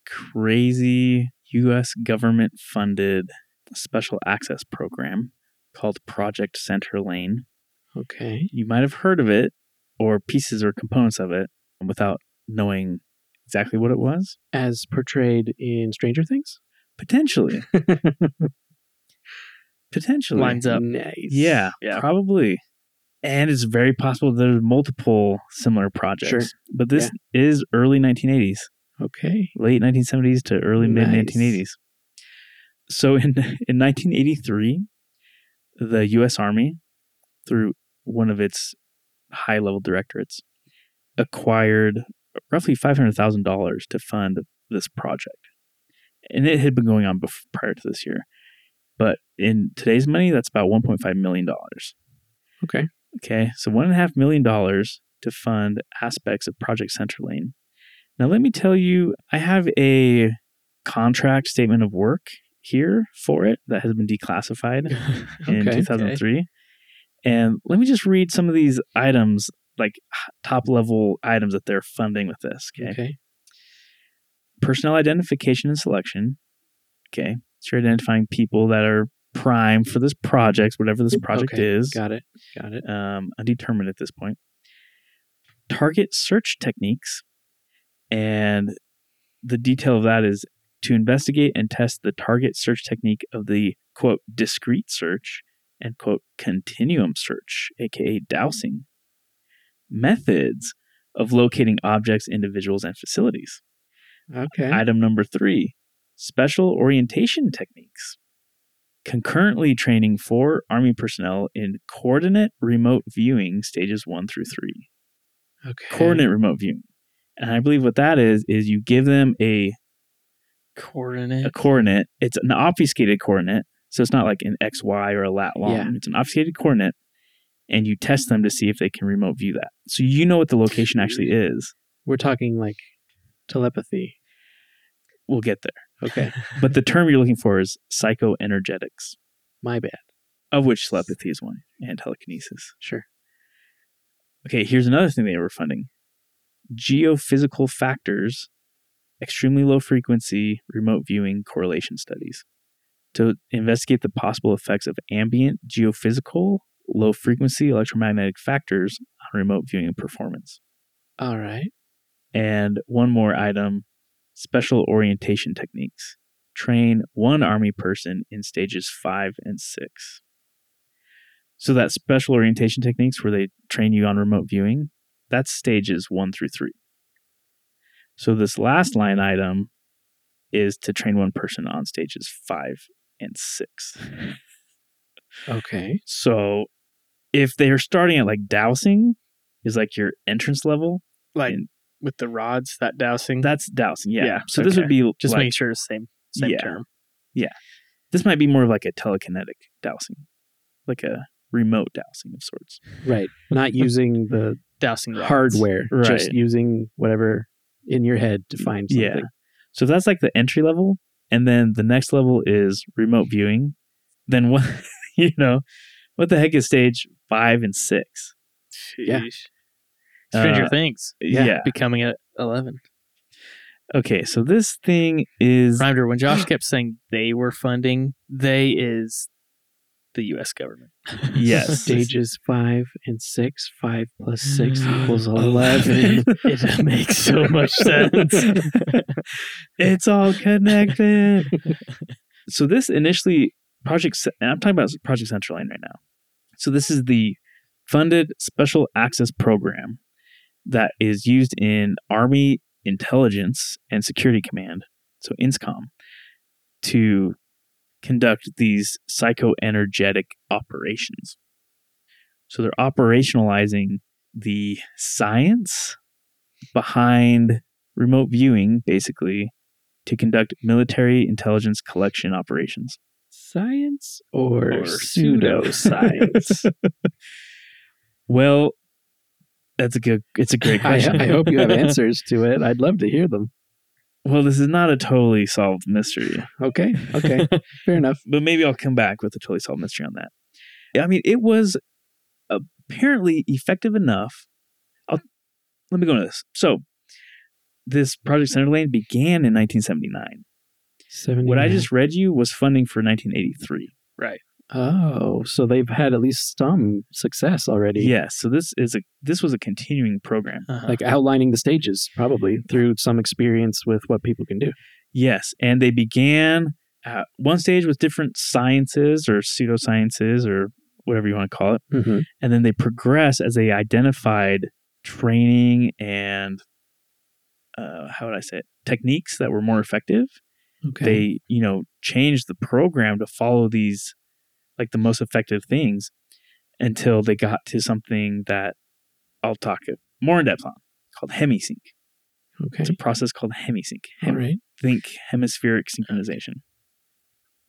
Speaker 2: crazy U.S. government funded special access program called Project Center Lane.
Speaker 1: okay
Speaker 2: you might have heard of it or pieces or components of it without knowing exactly what it was
Speaker 1: as portrayed in stranger things
Speaker 2: potentially potentially
Speaker 3: Lines up.
Speaker 1: nice
Speaker 2: yeah,
Speaker 3: Yeah.
Speaker 2: probably and it's very possible there's multiple similar projects
Speaker 1: Sure.
Speaker 2: but this is early 1980s
Speaker 1: okay
Speaker 2: late 1970s to early mid
Speaker 1: Nice.
Speaker 2: 1980s. So in in 1983, the U.S. Army, through one of its high level directorates, acquired roughly five hundred thousand dollars to fund this project, and it had been going on before, prior to this year. But in today's money, that's about one point five million dollars.
Speaker 1: Okay.
Speaker 2: Okay. So one and a half million dollars to fund aspects of Project Centerlane. Now, let me tell you, I have a contract statement of work here for it that has been declassified in
Speaker 1: Okay.
Speaker 2: 2003. And let me just read some of these items, like h- top level items that they're funding with this. Okay.
Speaker 1: Okay.
Speaker 2: Personnel identification and selection. Okay. So you're identifying people that are prime for this project, whatever this project
Speaker 1: Okay,
Speaker 2: is.
Speaker 1: Got it. Got it.
Speaker 2: Um, undetermined at this point. Target search techniques. And the detail of that is to investigate and test the target search technique of the quote discrete search and quote continuum search, aka dowsing, methods of locating objects, individuals, and facilities.
Speaker 1: Okay.
Speaker 2: Item number three special orientation techniques. Concurrently training four Army personnel in coordinate remote viewing stages one through three.
Speaker 1: okay.
Speaker 2: Coordinate remote viewing. And I believe what that is, is you give them a,
Speaker 3: Coordinate.
Speaker 2: a coordinate. It's an obfuscated coordinate. So it's not like an XY or a lat long.
Speaker 1: Yeah.
Speaker 2: It's an obfuscated coordinate. And you test them to see if they can remote view that. So you know what the location actually is.
Speaker 1: We're talking like telepathy.
Speaker 2: We'll get there.
Speaker 1: Okay.
Speaker 2: But the term you're looking for is psychoenergetics.
Speaker 1: My bad.
Speaker 2: of which telepathy is one and telekinesis.
Speaker 1: Sure.
Speaker 2: Okay, here's another thing they were funding geophysical factors, extremely low frequency remote viewing correlation studies to investigate the possible effects of ambient geophysical low frequency electromagnetic factors on remote viewing performance.
Speaker 1: All right.
Speaker 2: And one more item special orientation techniques. Train one army person in stages five and six. So, that special orientation techniques where they train you on remote viewing, that's stages one through three. So, this last line item is to train one person on stages five and six.
Speaker 1: Okay.
Speaker 2: So, if they are starting at like dowsing, is like your entrance level.
Speaker 3: like
Speaker 2: in-
Speaker 3: with the rods, that dowsing.
Speaker 2: That's dowsing, yeah.
Speaker 3: Yeah,
Speaker 2: so this would
Speaker 3: okay.
Speaker 2: be
Speaker 3: just
Speaker 2: like,
Speaker 3: making sure it's the same same
Speaker 2: Yeah.
Speaker 3: term.
Speaker 2: this might be more of like a telekinetic dowsing, like a remote dowsing of sorts.
Speaker 1: Right. Not using the
Speaker 3: Dowsing rods.
Speaker 1: hardware, just
Speaker 2: Right.
Speaker 1: using whatever in your head to find something.
Speaker 2: Yeah. So that's like the entry level, and then the next level is remote viewing. Then what? You know, what the heck is stage five and six?
Speaker 1: Yeah.
Speaker 3: Sheesh. Stranger
Speaker 2: Uh,
Speaker 3: Things
Speaker 1: Yeah.
Speaker 2: yeah.
Speaker 3: becoming at eleven.
Speaker 2: Okay. So this thing is
Speaker 3: Rhymed her when Josh kept saying they were funding. They is the U.S. government.
Speaker 2: yes.
Speaker 1: Stages five and six. Five plus six equals eleven.
Speaker 2: Eleven.
Speaker 3: It makes so much sense.
Speaker 2: it's all connected. so this initially project Ce- and I'm talking about Project Central Line right now. So this is the funded special access program that is used in Army Intelligence and Security Command, so INSCOM, to conduct these psychoenergetic operations. So they're operationalizing the science behind remote viewing, basically, to conduct military intelligence collection operations.
Speaker 1: Science or,
Speaker 2: Or
Speaker 3: Uh-huh.
Speaker 1: pseudoscience?
Speaker 2: Well, that's a good. It's a great
Speaker 1: I,
Speaker 2: question.
Speaker 1: I hope you have answers to it. I'd love to hear them.
Speaker 2: well, this is not a totally solved mystery,
Speaker 1: Okay. Okay. Fair enough.
Speaker 2: but maybe I'll come back with a totally solved mystery on that. I mean, it was apparently effective enough. I'll, let me go into this. So, this Project Centerlane began in 1979.
Speaker 1: Seventy.
Speaker 2: What I just read you was funding for 1983.
Speaker 1: Oh, so they've had at least some success already.
Speaker 2: Yes, so this is a this was a continuing program.
Speaker 3: Uh-huh.
Speaker 1: Like outlining the stages, probably through some experience with what people can do.
Speaker 2: Yes, and they began at one stage with different sciences or pseudosciences or whatever you want to call it,
Speaker 1: Mm-hmm.
Speaker 2: and then they progressed as they identified training and uh, how would I say it? techniques that were more effective.
Speaker 1: Okay.
Speaker 2: They you know changed the program to follow these like the most effective things until they got to something that I'll talk more in depth on called hemisync.
Speaker 1: okay.
Speaker 2: It's a process called hemisync.
Speaker 1: All
Speaker 2: Hem-
Speaker 1: right.
Speaker 2: Think hemispheric synchronization.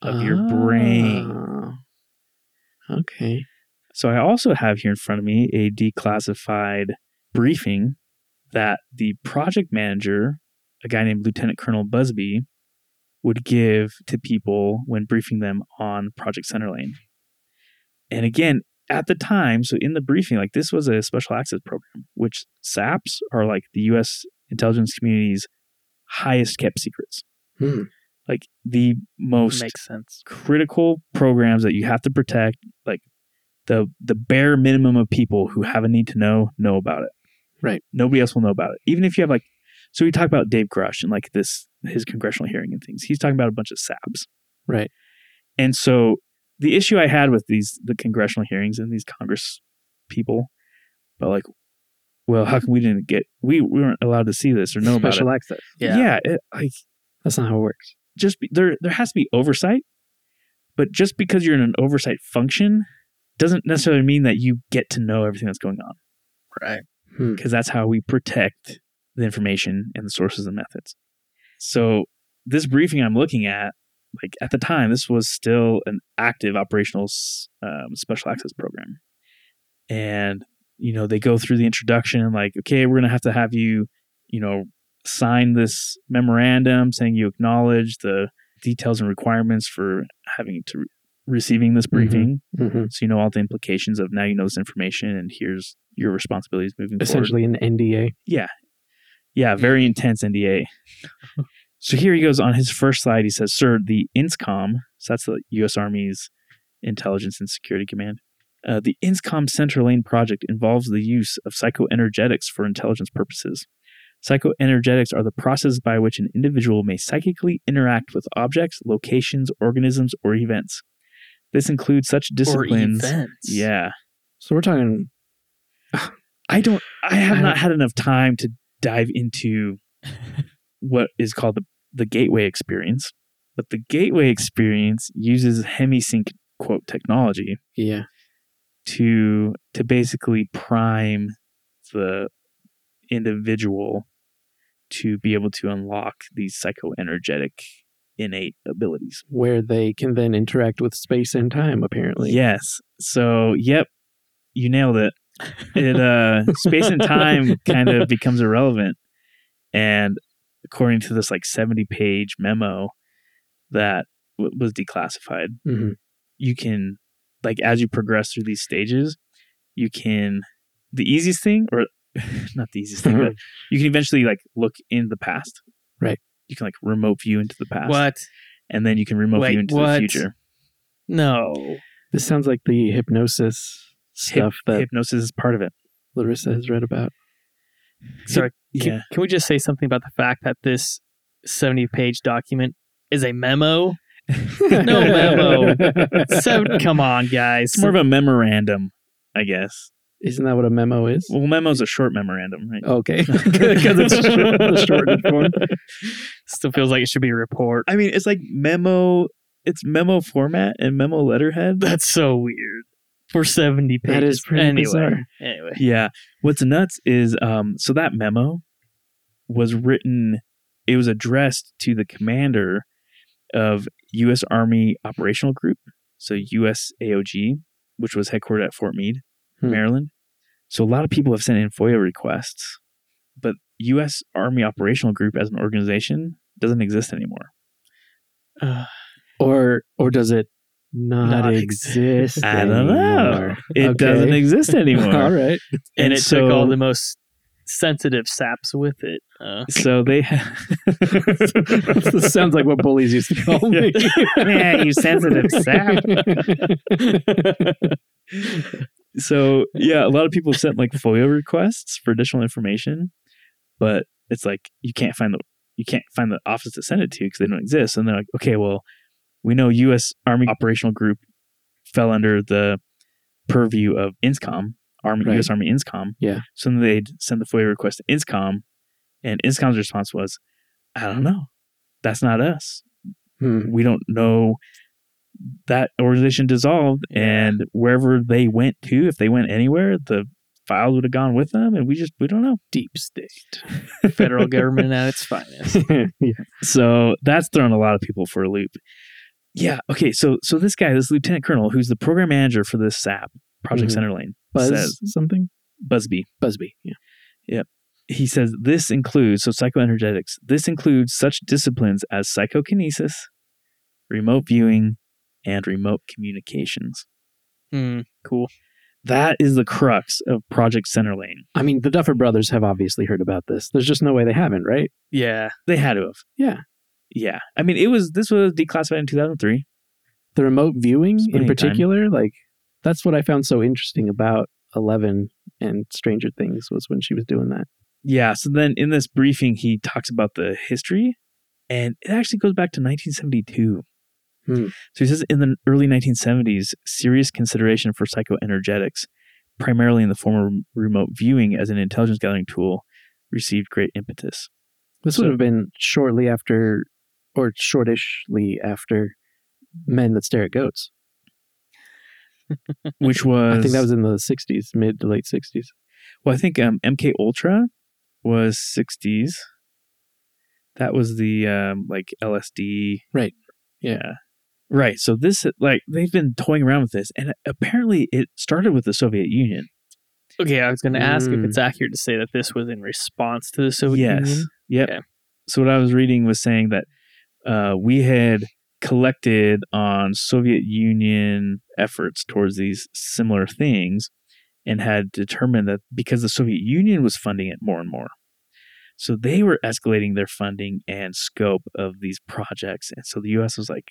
Speaker 2: of your brain.
Speaker 1: Ah. Okay.
Speaker 2: So I also have here in front of me a declassified briefing that the project manager, a guy named Lieutenant Colonel Busby, would give to people when briefing them on Project Centerlane. And again, at the time, so in the briefing, like this was a special access program, which SAPs are like the US intelligence community's highest kept secrets.
Speaker 1: Hmm.
Speaker 2: Like the most
Speaker 3: Makes sense.
Speaker 2: critical programs that you have to protect like the the bare minimum of people who have a need to know know about it
Speaker 1: Right.
Speaker 2: nobody else will know about it even if you have like so we talk about dave grush and like this his congressional hearing and things he's talking about a bunch of saps
Speaker 1: Right.
Speaker 2: and so the issue i had with these the congressional hearings and these congress people but like well how come we didn't get we, we weren't allowed to see this or know
Speaker 1: Special
Speaker 2: about
Speaker 1: access.
Speaker 2: it
Speaker 3: Yeah.
Speaker 2: yeah it, like
Speaker 1: That's not how it works.
Speaker 2: just be, there there has to be oversight but just because you're in an oversight function doesn't necessarily mean that you get to know everything that's going on
Speaker 3: Right.
Speaker 1: Hmm.
Speaker 2: because that's how we protect the information and the sources and methods so this briefing i'm looking at like at the time this was still an active operational s- um, special access program and you know they go through the introduction like okay we're gonna have to have you you know sign this memorandum saying you acknowledge the details and requirements for having to re- receiving this briefing
Speaker 1: Mhm.
Speaker 2: so you know all the implications of now you know this information and here's your responsibilities moving forward
Speaker 1: Essentially an NDA.
Speaker 2: yeah, very intense NDA. so here he goes on his first slide. He says, Sir, the INSCOM, so that's the U.S. Army's Intelligence and Security Command, uh, the INSCOM Center Lane project involves the use of psychoenergetics for intelligence purposes. Psychoenergetics are the process by which an individual may psychically interact with objects, locations, organisms, or events. This includes such disciplines.
Speaker 3: Or events.
Speaker 2: Yeah.
Speaker 1: So we're talking
Speaker 2: I don't. I
Speaker 1: I
Speaker 2: have not
Speaker 1: don't-
Speaker 2: had enough time to dive into what is called the the gateway experience, but the gateway experience uses hemisync quote technology
Speaker 1: yeah.
Speaker 2: to to basically prime the individual to be able to unlock these psychoenergetic innate abilities.
Speaker 1: Where they can then interact with space and time, apparently.
Speaker 2: Yes. So, yep, you nailed it. It uh, space and time kind of becomes irrelevant, and according to this like seventy-page memo that w- was declassified,
Speaker 1: hmm
Speaker 2: you can like as you progress through these stages, you can the easiest thing or not the easiest thing, but you can eventually like look into the past.
Speaker 1: Right.
Speaker 2: You can like remote view into the past,
Speaker 3: What?
Speaker 2: and then you can remote
Speaker 3: Wait,
Speaker 2: view into the
Speaker 3: what?
Speaker 2: future.
Speaker 3: No.
Speaker 1: This sounds like the hypnosis
Speaker 2: Hyp-
Speaker 1: stuff that
Speaker 2: hypnosis is part of it.
Speaker 1: Larissa has read about.
Speaker 3: Sorry. Can,
Speaker 2: Yeah.
Speaker 3: can we just say something about the fact that this 70 page document is a memo? No memo. Seven, come on, guys.
Speaker 2: It's more of a memorandum, I guess.
Speaker 1: Isn't that what a memo is?
Speaker 2: Well, memo's a short memorandum, right?
Speaker 1: Okay. Because it's short, the shortened form.
Speaker 3: Still feels like it should be a report.
Speaker 2: I mean, it's like memo. It's memo format and memo letterhead.
Speaker 3: That's so weird. For 70 pages.
Speaker 1: That is pretty
Speaker 3: anyway.
Speaker 1: bizarre.
Speaker 3: Anyway.
Speaker 2: Yeah. What's nuts is um so that memo was written it was addressed to the commander of US Army Operational Group, so USAOG, which was headquartered at Fort Meade,
Speaker 1: Hmm.
Speaker 2: Maryland. So a lot of people have sent in FOIA requests, but US Army Operational Group as an organization doesn't exist anymore.
Speaker 3: Uh,
Speaker 1: Or or does it not,
Speaker 3: Not
Speaker 1: exist?
Speaker 2: I don't know.
Speaker 1: anymore?
Speaker 2: It
Speaker 1: Okay.
Speaker 2: doesn't exist anymore.
Speaker 1: All right.
Speaker 3: and,
Speaker 2: And
Speaker 3: it
Speaker 2: so-
Speaker 3: took all the most sensitive saps with it. Uh,
Speaker 2: So they have
Speaker 1: this sounds like what bullies used to call me.
Speaker 2: Man, you sensitive sap. so yeah, a lot of people have sent like FOIA requests for additional information, but it's like you can't find the you can't find the office to send it to because they don't exist. And they're like, okay, well, we know U.S. Army Operational Group fell under the purview of INSCOM, Army
Speaker 1: Right.
Speaker 2: U.S. Army INSCOM.
Speaker 1: Yeah.
Speaker 2: So then they'd send the FOIA request to INSCOM, and INSCOM's response was, I don't know, that's not us
Speaker 1: Hmm.
Speaker 2: we don't know that organization dissolved and wherever they went to if they went anywhere the files would have gone with them and we just we don't know
Speaker 3: deep state. Federal government at its finest.
Speaker 1: yeah.
Speaker 2: so that's thrown a lot of people for a loop yeah okay so so this guy this lieutenant colonel who's the program manager for
Speaker 3: Mm-hmm.
Speaker 2: this sap project
Speaker 1: Mhm.
Speaker 2: centerlane
Speaker 1: Buzz
Speaker 2: says
Speaker 1: something?
Speaker 2: busby
Speaker 1: Busby. Yeah.
Speaker 2: he says this includes so psychoenergetics. This includes such disciplines as psychokinesis, remote viewing, and remote communications.
Speaker 7: Hmm. cool.
Speaker 2: That is the crux of Project Centerlane.
Speaker 1: I mean, the Duffer brothers have obviously heard about this. There's just no way they haven't, right?
Speaker 7: Yeah.
Speaker 2: They had to have.
Speaker 1: Yeah.
Speaker 2: Yeah. I mean, it was this was declassified in 2003.
Speaker 1: The remote viewing in
Speaker 2: Screen time.
Speaker 1: particular, like that's what I found so interesting about Eleven and Stranger Things was when she was doing that.
Speaker 2: Yeah. So then in this briefing, he talks about the history, and it actually goes back to 1972.
Speaker 1: Hmm.
Speaker 2: So he says in the early 1970s, serious consideration for psychoenergetics, primarily in the form of remote viewing as an intelligence gathering tool, received great impetus.
Speaker 1: This
Speaker 2: So-
Speaker 1: would have been shortly after, or shortishly after, Men That Stare at Goats.
Speaker 2: Which was
Speaker 1: I think that was in the '60s, mid to late '60s.
Speaker 2: Well, I think um, MK Ultra was 60s. That was the um, like LSD.
Speaker 1: Right. Yeah.
Speaker 2: Right. So this like they've been toying around with this, and apparently it started with the Soviet Union.
Speaker 7: Okay, I was going to ask if
Speaker 1: Mm.
Speaker 7: it's accurate to say that this was in response to the Soviet
Speaker 2: yes.
Speaker 7: Union.
Speaker 2: Yep.
Speaker 7: Okay.
Speaker 2: So what I was reading was saying that uh, we had collected on Soviet Union efforts towards these similar things, and had determined that because the Soviet Union was funding it more and more, so they were escalating their funding and scope of these projects, and so the U.S. was like.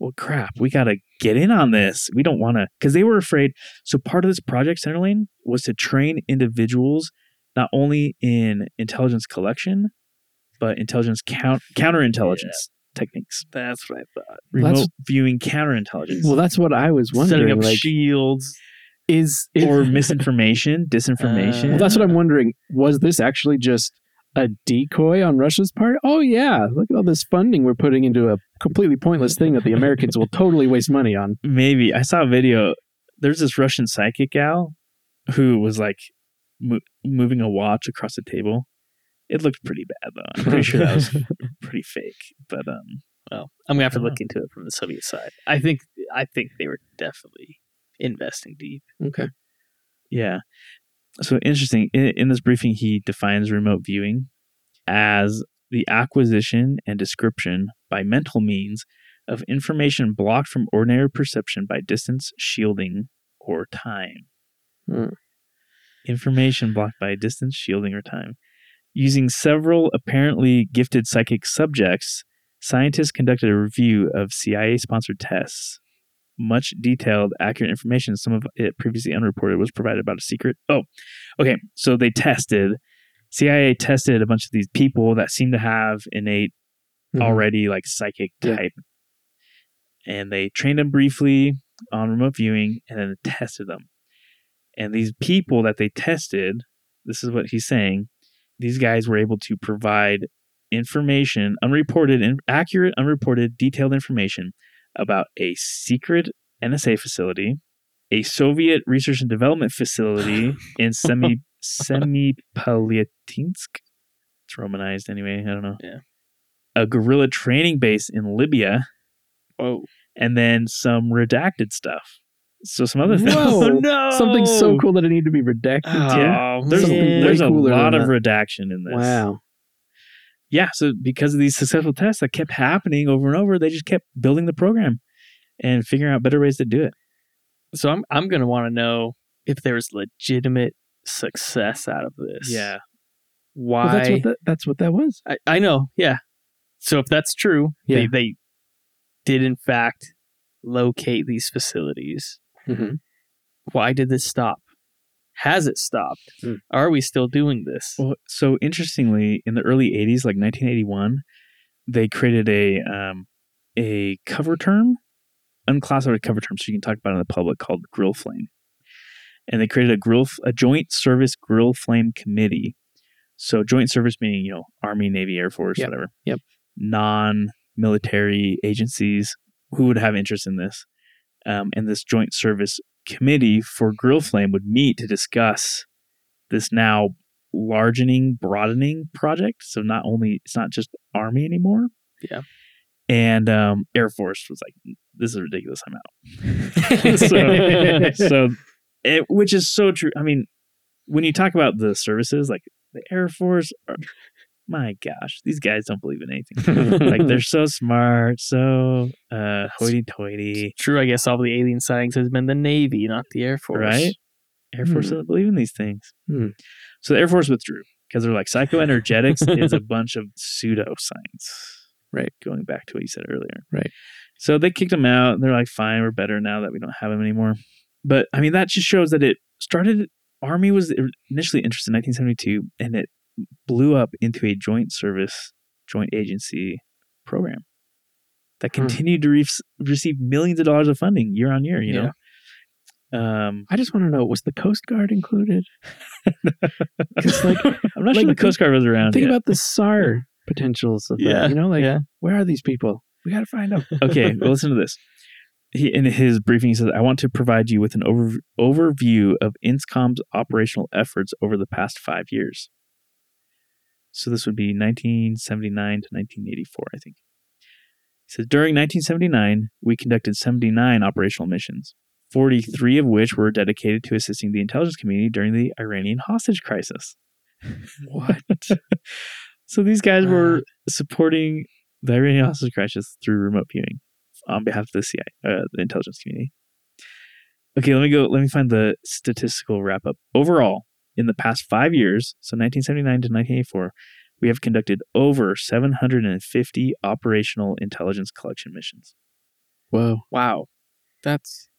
Speaker 2: Well, crap, we got to get in on this. We don't want to, because they were afraid. So, part of this project, Centerlane, was to train individuals not only in intelligence collection, but intelligence count counterintelligence techniques.
Speaker 7: That's what I thought.
Speaker 2: Remote
Speaker 1: that's-
Speaker 2: viewing counterintelligence.
Speaker 1: Well, that's what I was
Speaker 7: Setting
Speaker 1: wondering.
Speaker 7: up
Speaker 1: Like,
Speaker 7: shields. Is Uh,
Speaker 2: or misinformation, disinformation.
Speaker 1: well, that's what I'm wondering. Was this actually just a decoy on Russia's part? Oh yeah, look at all this funding we're putting into a completely pointless thing that the Americans will totally waste money on.
Speaker 2: Maybe I saw a video. There's this Russian psychic gal who was like mo- moving a watch across the table. It looked pretty bad though. I'm pretty sure that was pretty fake. But um,
Speaker 7: Well, I'm gonna have to
Speaker 2: I
Speaker 7: look into it from the Soviet side. I think I think they were definitely investing deep.
Speaker 1: Okay.
Speaker 2: Yeah. So interesting. In, in this briefing, he defines remote viewing as the acquisition and description by mental means of information blocked from ordinary perception by distance, shielding, or time.
Speaker 1: Hmm.
Speaker 2: Information blocked by distance, shielding, or time. Using several apparently gifted psychic subjects, scientists conducted a review of CIA sponsored tests much detailed, accurate information. Some of it previously unreported was provided about a secret. Oh, okay. So they tested, CIA tested a bunch of these people that seem to have innate,
Speaker 1: Mhm.
Speaker 2: already like psychic
Speaker 1: Yeah.
Speaker 2: type. And they trained them briefly on remote viewing and then tested them. And these people that they tested, this is what he's saying, these guys were able to provide information, unreported, and accurate, unreported, detailed information about a secret NSA facility, a Soviet research and development facility in Semi Semipalatinsk. It's romanized anyway. I don't know.
Speaker 7: Yeah.
Speaker 2: A guerrilla training base in Libya,
Speaker 7: Oh,
Speaker 2: and then some redacted stuff. So some other things.
Speaker 1: Whoa.
Speaker 7: no!
Speaker 1: Something so cool that it needed to be redacted.
Speaker 7: Oh,
Speaker 2: Yeah.
Speaker 7: man.
Speaker 2: There's,
Speaker 1: Something
Speaker 2: there's
Speaker 1: way
Speaker 2: a
Speaker 1: cooler
Speaker 2: lot
Speaker 1: than
Speaker 2: of
Speaker 1: that.
Speaker 2: redaction in this.
Speaker 1: Wow.
Speaker 2: yeah, so because of these successful tests that kept happening over and over, they just kept building the program and figuring out better ways to do it.
Speaker 7: so I'm I'm gonna want to know if there was legitimate success out of this. Why?
Speaker 1: Well, that's what that, that's what that was.
Speaker 7: I, I know. Yeah. So if that's true,
Speaker 1: Yeah.
Speaker 7: they, they did in fact locate these facilities.
Speaker 1: Mhm.
Speaker 7: Why did this stop? Has it stopped?
Speaker 1: Hmm.
Speaker 7: Are we still doing this?
Speaker 2: Well, so interestingly, in the early '80s, like 1981, they created a um, a cover term, unclassified cover term, so you can talk about it in the public called grill flame. And they created a grill, f- a joint service grill flame committee. So joint service meaning you know Army, Navy, Air Force,
Speaker 1: Yep,
Speaker 2: whatever.
Speaker 1: yep.
Speaker 2: Non-military agencies who would have interest in this, um, and this joint service committee for grill flame would meet to discuss this now largening, broadening project. So not only it's not just army anymore.
Speaker 7: Yeah.
Speaker 2: And um, Air Force was like, "This is ridiculous. I'm out." so, so it, which is so true. I mean, when you talk about the services, like the Air Force. Are, my gosh, these guys don't believe in anything. like they're so smart, so uh, hoity-toity,
Speaker 7: It's true, I guess all the alien sightings has been the Navy, not the Air Force.
Speaker 2: right? Air Force
Speaker 1: Hmm.
Speaker 2: doesn't believe in these things.
Speaker 1: Hmm.
Speaker 2: So the Air Force withdrew because they're like psychoenergetics is a bunch of pseudoscience.
Speaker 1: Right.
Speaker 2: Going back to what you said earlier.
Speaker 1: Right.
Speaker 2: So they kicked them out. And they're like, fine, we're better now that we don't have them anymore. But I mean, that just shows that it started, Army was initially interested in 1972 and it blew up into a joint service, joint agency program that
Speaker 1: Hmm.
Speaker 2: continued to re- receive millions of dollars of funding year on year, you
Speaker 1: Yeah.
Speaker 2: know? Um,
Speaker 1: I just want to know was the Coast Guard included? 'Cause, like,
Speaker 2: I'm not
Speaker 1: Like,
Speaker 2: sure the
Speaker 1: think-
Speaker 2: Coast Guard was around.
Speaker 1: think
Speaker 2: yet.
Speaker 1: about the SAR potentials of
Speaker 7: Yeah,
Speaker 1: that. You know, like,
Speaker 7: yeah.
Speaker 1: where are these people? We got to find out.
Speaker 2: okay, well, listen to this. He, in his briefing, he says, I want to provide you with an over, overview of INSCOM's operational efforts over the past five years. So this would be 1979 to 1984, I think. He says, During 1979, we conducted 79 operational missions, 43 of which were dedicated to assisting the intelligence community during the Iranian hostage crisis.
Speaker 1: What?
Speaker 2: So these guys were supporting the Iranian hostage crisis through remote viewing on behalf of the CI, uh, the intelligence community. Okay, let me go. Let me find the statistical wrap up. Overall, in the past five years, so 1979 to 1984, we have conducted over 750 operational intelligence collection missions.
Speaker 1: Whoa.
Speaker 7: Wow. That's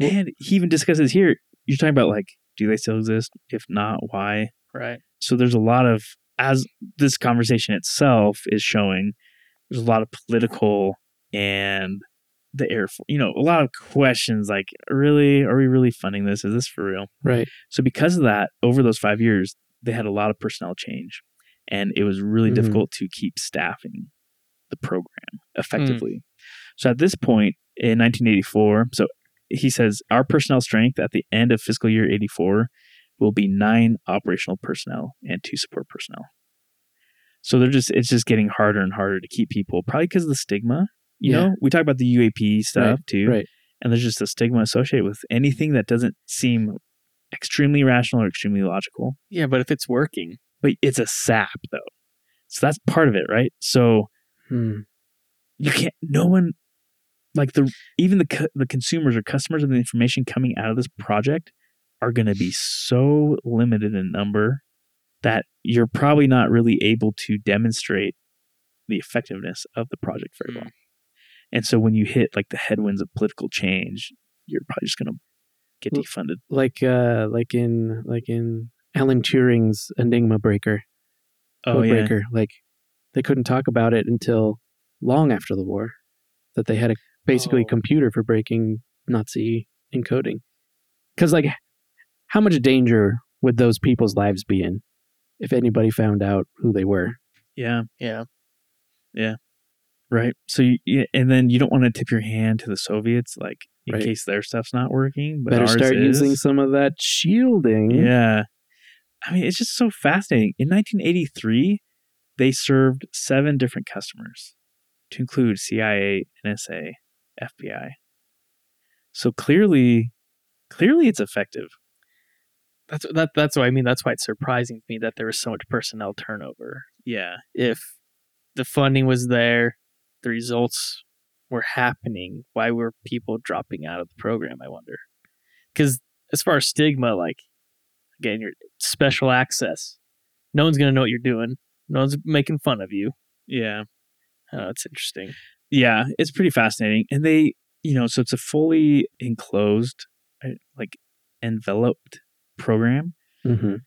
Speaker 2: And he even discusses here. You're talking about like, do they still exist? If not, why?
Speaker 7: right.
Speaker 2: So there's a lot of as this conversation itself is showing, there's a lot of political and the air, Fo- you know, a lot of questions like, really, are we really funding this? Is this for real?
Speaker 1: Right.
Speaker 2: So because of that, over those five years, they had a lot of personnel change, and it was really
Speaker 1: Mhm.
Speaker 2: difficult to keep staffing the program effectively. So at this point in 1984, so he says our personnel strength at the end of fiscal year 84 will be nine operational personnel and two support personnel. So they're just it's just getting harder and harder to keep people, probably because of the stigma. You
Speaker 1: Yeah.
Speaker 2: know, we talk about the UAP stuff too,
Speaker 1: right.
Speaker 2: and there's just a stigma associated with anything that doesn't seem extremely rational or extremely logical.
Speaker 7: Yeah, but if it's working.
Speaker 2: But it's a sap though. So that's part of it, right? So
Speaker 1: Hmm.
Speaker 2: you can't no one like the even the cu- the consumers or customers of the information coming out of this project are going to be so limited in number that you're probably not really able to demonstrate the effectiveness of the project very
Speaker 1: Hmm.
Speaker 2: well. And so when you hit like the headwinds of political change, you're probably just going to get
Speaker 1: Well,
Speaker 2: defunded.
Speaker 1: Like, uh, like in, like in Alan Turing's Enigma Breaker.
Speaker 2: Oh,
Speaker 1: Code Breaker. Like, they couldn't talk about it until long after the war that they had a basically
Speaker 7: Oh.
Speaker 1: computer for breaking Nazi encoding. Because, like, how much danger would those people's lives be in if anybody found out who they were?
Speaker 2: Yeah.
Speaker 7: Yeah.
Speaker 2: Right. So you, yeah, and then you don't want to tip your hand to the Soviets, like in
Speaker 1: Right.
Speaker 2: case their stuff's not working. But
Speaker 1: Better
Speaker 2: ours
Speaker 1: start
Speaker 2: is.
Speaker 1: using some of that shielding.
Speaker 2: Yeah. I mean, it's just so fascinating. In 1983, they served seven different customers, to include CIA, NSA, FBI. So clearly, clearly it's effective.
Speaker 7: That's that that's what I mean. That's why it's surprising to me that there was so much personnel turnover.
Speaker 2: Yeah.
Speaker 7: If the funding was there, the results were happening, why were people dropping out of the program, I wonder? Cuz as far as stigma like again, your special access. No one's going to know what you're doing. No one's making fun of you.
Speaker 2: Yeah.
Speaker 7: I don't know, it's interesting.
Speaker 2: yeah it's pretty fascinating and they you know so it's a fully enclosed uh, like enveloped program
Speaker 1: Mhm.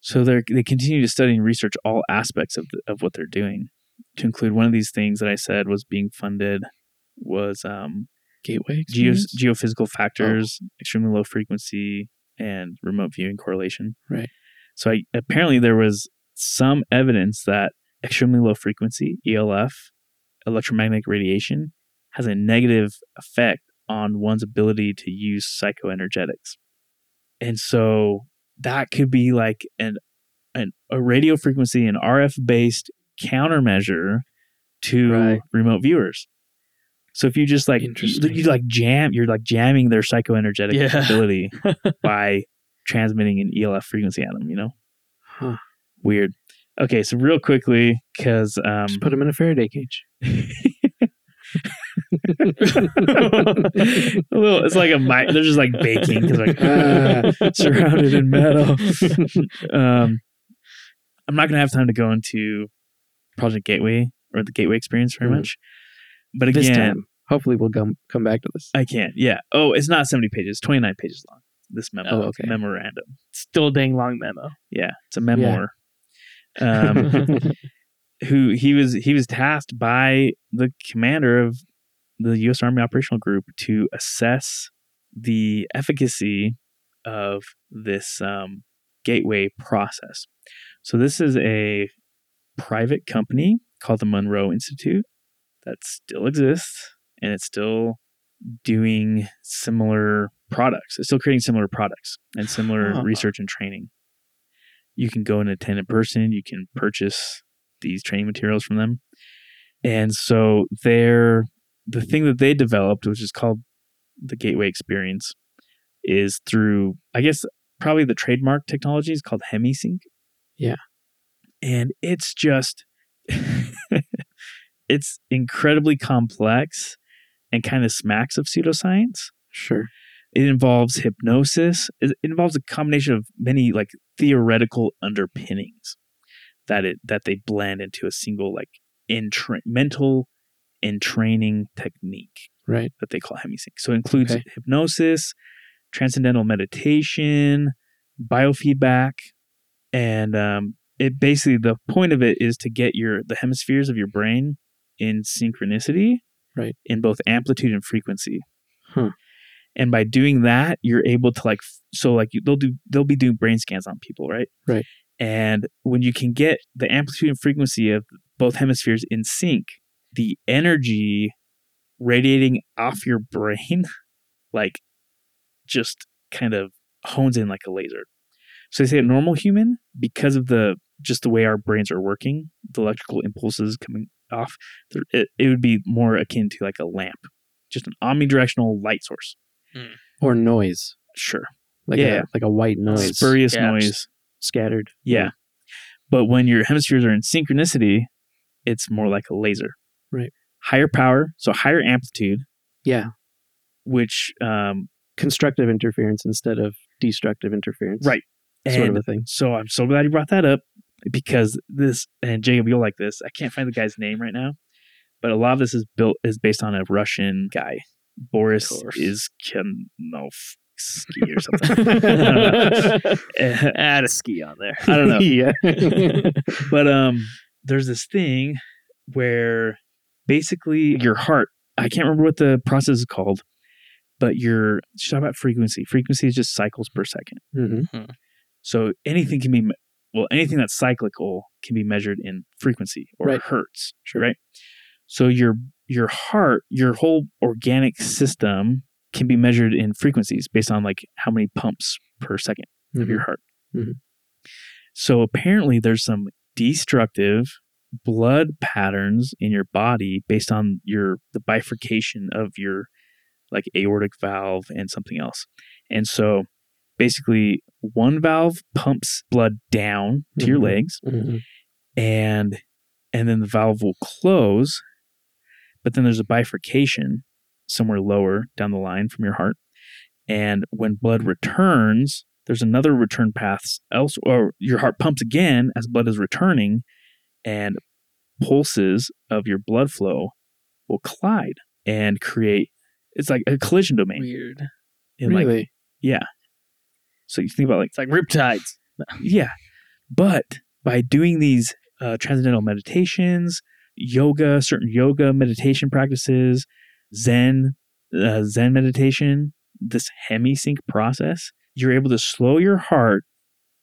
Speaker 2: so they they continue to study and research all aspects of the, of what they're doing to include one of these things that i said was being funded was um
Speaker 1: Gateway.
Speaker 2: geos
Speaker 1: experience?
Speaker 2: geophysical factors,
Speaker 1: Oh.
Speaker 2: extremely low frequency, and remote viewing correlation.
Speaker 1: Right.
Speaker 2: So I, apparently there was some evidence that extremely low frequency ELF, electromagnetic radiation, has a negative effect on one's ability to use psychoenergetics, and so that could be like an, an a radio frequency and RF based countermeasure to
Speaker 1: Right.
Speaker 2: remote viewers. So if you just like
Speaker 1: Interesting.
Speaker 2: you like jam, you're like jamming their psychoenergetic
Speaker 7: Yeah.
Speaker 2: E ability by transmitting an ELF frequency at them. You know,
Speaker 1: Huh.
Speaker 2: Weird. Okay, so real quickly, because um,
Speaker 1: Just put him in a Faraday cage.
Speaker 2: a little, it's like a mi- they're just like baking 'cause like
Speaker 1: Uh,
Speaker 2: ah, surrounded in metal. um, I'm not gonna have time to go into Project Gateway or the Gateway experience very
Speaker 1: Mhm.
Speaker 2: much, but
Speaker 1: This
Speaker 2: again,
Speaker 1: time, hopefully, we'll come come back to this.
Speaker 2: I can't. Yeah. Oh, it's not 70 pages. 29 pages long. This memo.
Speaker 1: Oh, okay.
Speaker 2: Memorandum.
Speaker 3: Still a dang long memo.
Speaker 2: Yeah, it's a memoir. Um, who he was he was tasked by the commander of the U.S. Army Operational Group to assess the efficacy of this um, gateway process. So this is a private company called the Monroe Institute that still exists and it's still doing similar products. It's still creating similar products and similar
Speaker 1: Huh.
Speaker 2: research and training. You can go and attend in person. You can purchase these training materials from them. And so they're the thing that they developed, which is called the Gateway Experience, is through I guess probably the trademark technology is called HemiSync.
Speaker 1: Yeah.
Speaker 2: And it's just it's incredibly complex and kind of smacks of pseudoscience
Speaker 1: sure.
Speaker 2: it involves hypnosis it it involves a combination of many like theoretical underpinnings that it that they blend into a single like entra- mental and training technique
Speaker 1: Right.
Speaker 2: that they call hemisync so it includes
Speaker 1: Okay.
Speaker 2: hypnosis transcendental meditation biofeedback and um, it basically the point of it is to get your the hemispheres of your brain in synchronicity
Speaker 1: Right.
Speaker 2: in both amplitude and frequency
Speaker 1: Huh.
Speaker 2: and by doing that you're able to like f- so like you, they'll do they'll be doing brain scans on people right
Speaker 1: Right.
Speaker 2: and when you can get the amplitude and frequency of both hemispheres in sync the energy radiating off your brain like just kind of hones in like a laser so they say a normal human because of the just the way our brains are working the electrical impulses coming off there- it, it would be more akin to like a lamp just an omnidirectional light source
Speaker 1: Or noise,
Speaker 2: sure
Speaker 1: like a,
Speaker 2: Yeah.
Speaker 1: like a white noise,
Speaker 2: spurious
Speaker 3: Yeah,
Speaker 2: noise
Speaker 1: scattered.
Speaker 2: yeah but when your hemispheres are in synchronicity it's more like a laser
Speaker 1: Right.
Speaker 2: higher power so higher amplitude
Speaker 1: Yeah.
Speaker 2: which um
Speaker 1: Constructive interference instead of destructive interference.
Speaker 2: Right.
Speaker 1: Sort
Speaker 2: and
Speaker 1: of a thing.
Speaker 2: so i'm so glad you brought that up because this and jacob you'll like this i can't find the guy's name right now but a lot of this is built is based on a russian guy boris
Speaker 3: course.
Speaker 2: is or something
Speaker 3: Add a ski on there.
Speaker 2: i don't know
Speaker 1: yeah.
Speaker 2: but um there's this thing where basically your heart i can't remember what the process is called but you're she's talking about frequency frequency is just cycles per second
Speaker 1: Mhm.
Speaker 2: so anything can be me- well anything that's cyclical can be measured in frequency or
Speaker 1: Right.
Speaker 2: hertz right so your your heart your whole organic system can be measured in frequencies based on like how many pumps per second of your heart.
Speaker 1: Mhm.
Speaker 2: So apparently, there's some destructive blood patterns in your body based on your the bifurcation of your like aortic valve and something else. And so basically one valve pumps blood down to your
Speaker 1: Mhm.
Speaker 2: legs
Speaker 1: Mhm.
Speaker 2: and and then the valve will close but then there's a bifurcation somewhere lower down the line from your heart and when blood returns there's another return path else or your heart pumps again as blood is returning and pulses of your blood flow will collide and create it's like a collision domain
Speaker 3: Weird.
Speaker 2: in like
Speaker 1: Really?
Speaker 2: so you think about like
Speaker 3: It's like riptides.
Speaker 2: yeah. But by doing these uh, transcendental meditations, yoga, certain yoga meditation practices, Zen, uh, Zen meditation, this hemisync process, you're able to slow your heart.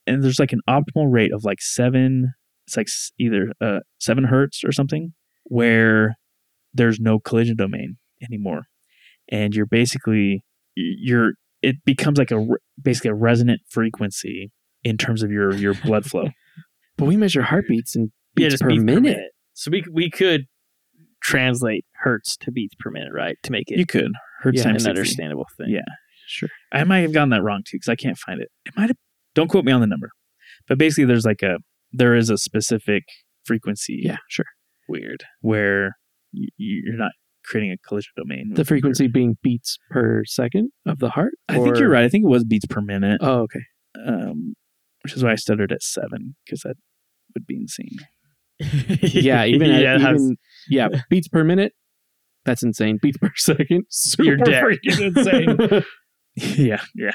Speaker 2: And there's like an optimal rate of like seven, it's like s- either uh, seven hertz or something, where there's no collision domain anymore. And you're basically, y- you're, it becomes like a re- basically a resonant frequency in terms of your your blood flow.
Speaker 1: But we measure heartbeats and beats
Speaker 3: yeah, just
Speaker 1: per
Speaker 3: beats
Speaker 1: minute.
Speaker 3: per minute. So we we could translate hertz to beats per minute, right? To make it
Speaker 2: you could hertz
Speaker 1: Yeah,
Speaker 2: times
Speaker 1: I'm
Speaker 3: an
Speaker 2: 60.
Speaker 3: understandable thing.
Speaker 2: Yeah.
Speaker 1: Sure.
Speaker 2: I might have gotten that wrong too because I can't find it. It might have. Don't quote me on the number, but basically, there's like a there is a specific frequency
Speaker 1: Yeah, sure.
Speaker 7: Weird.
Speaker 2: where y- you're not creating a collision
Speaker 1: The
Speaker 2: domain. with your-
Speaker 1: frequency being beats per second of the heart.
Speaker 2: I think
Speaker 1: or-
Speaker 2: you're right. I think it was beats per minute,
Speaker 1: Oh, okay.
Speaker 2: um, which is why I stuttered at seven because that would be insane.
Speaker 1: Yeah, even
Speaker 7: yeah,
Speaker 1: yeah,
Speaker 7: that's-
Speaker 1: even, yeah, beats per minute. That's insane. Beats per second.
Speaker 7: you're dead.
Speaker 2: yeah, yeah.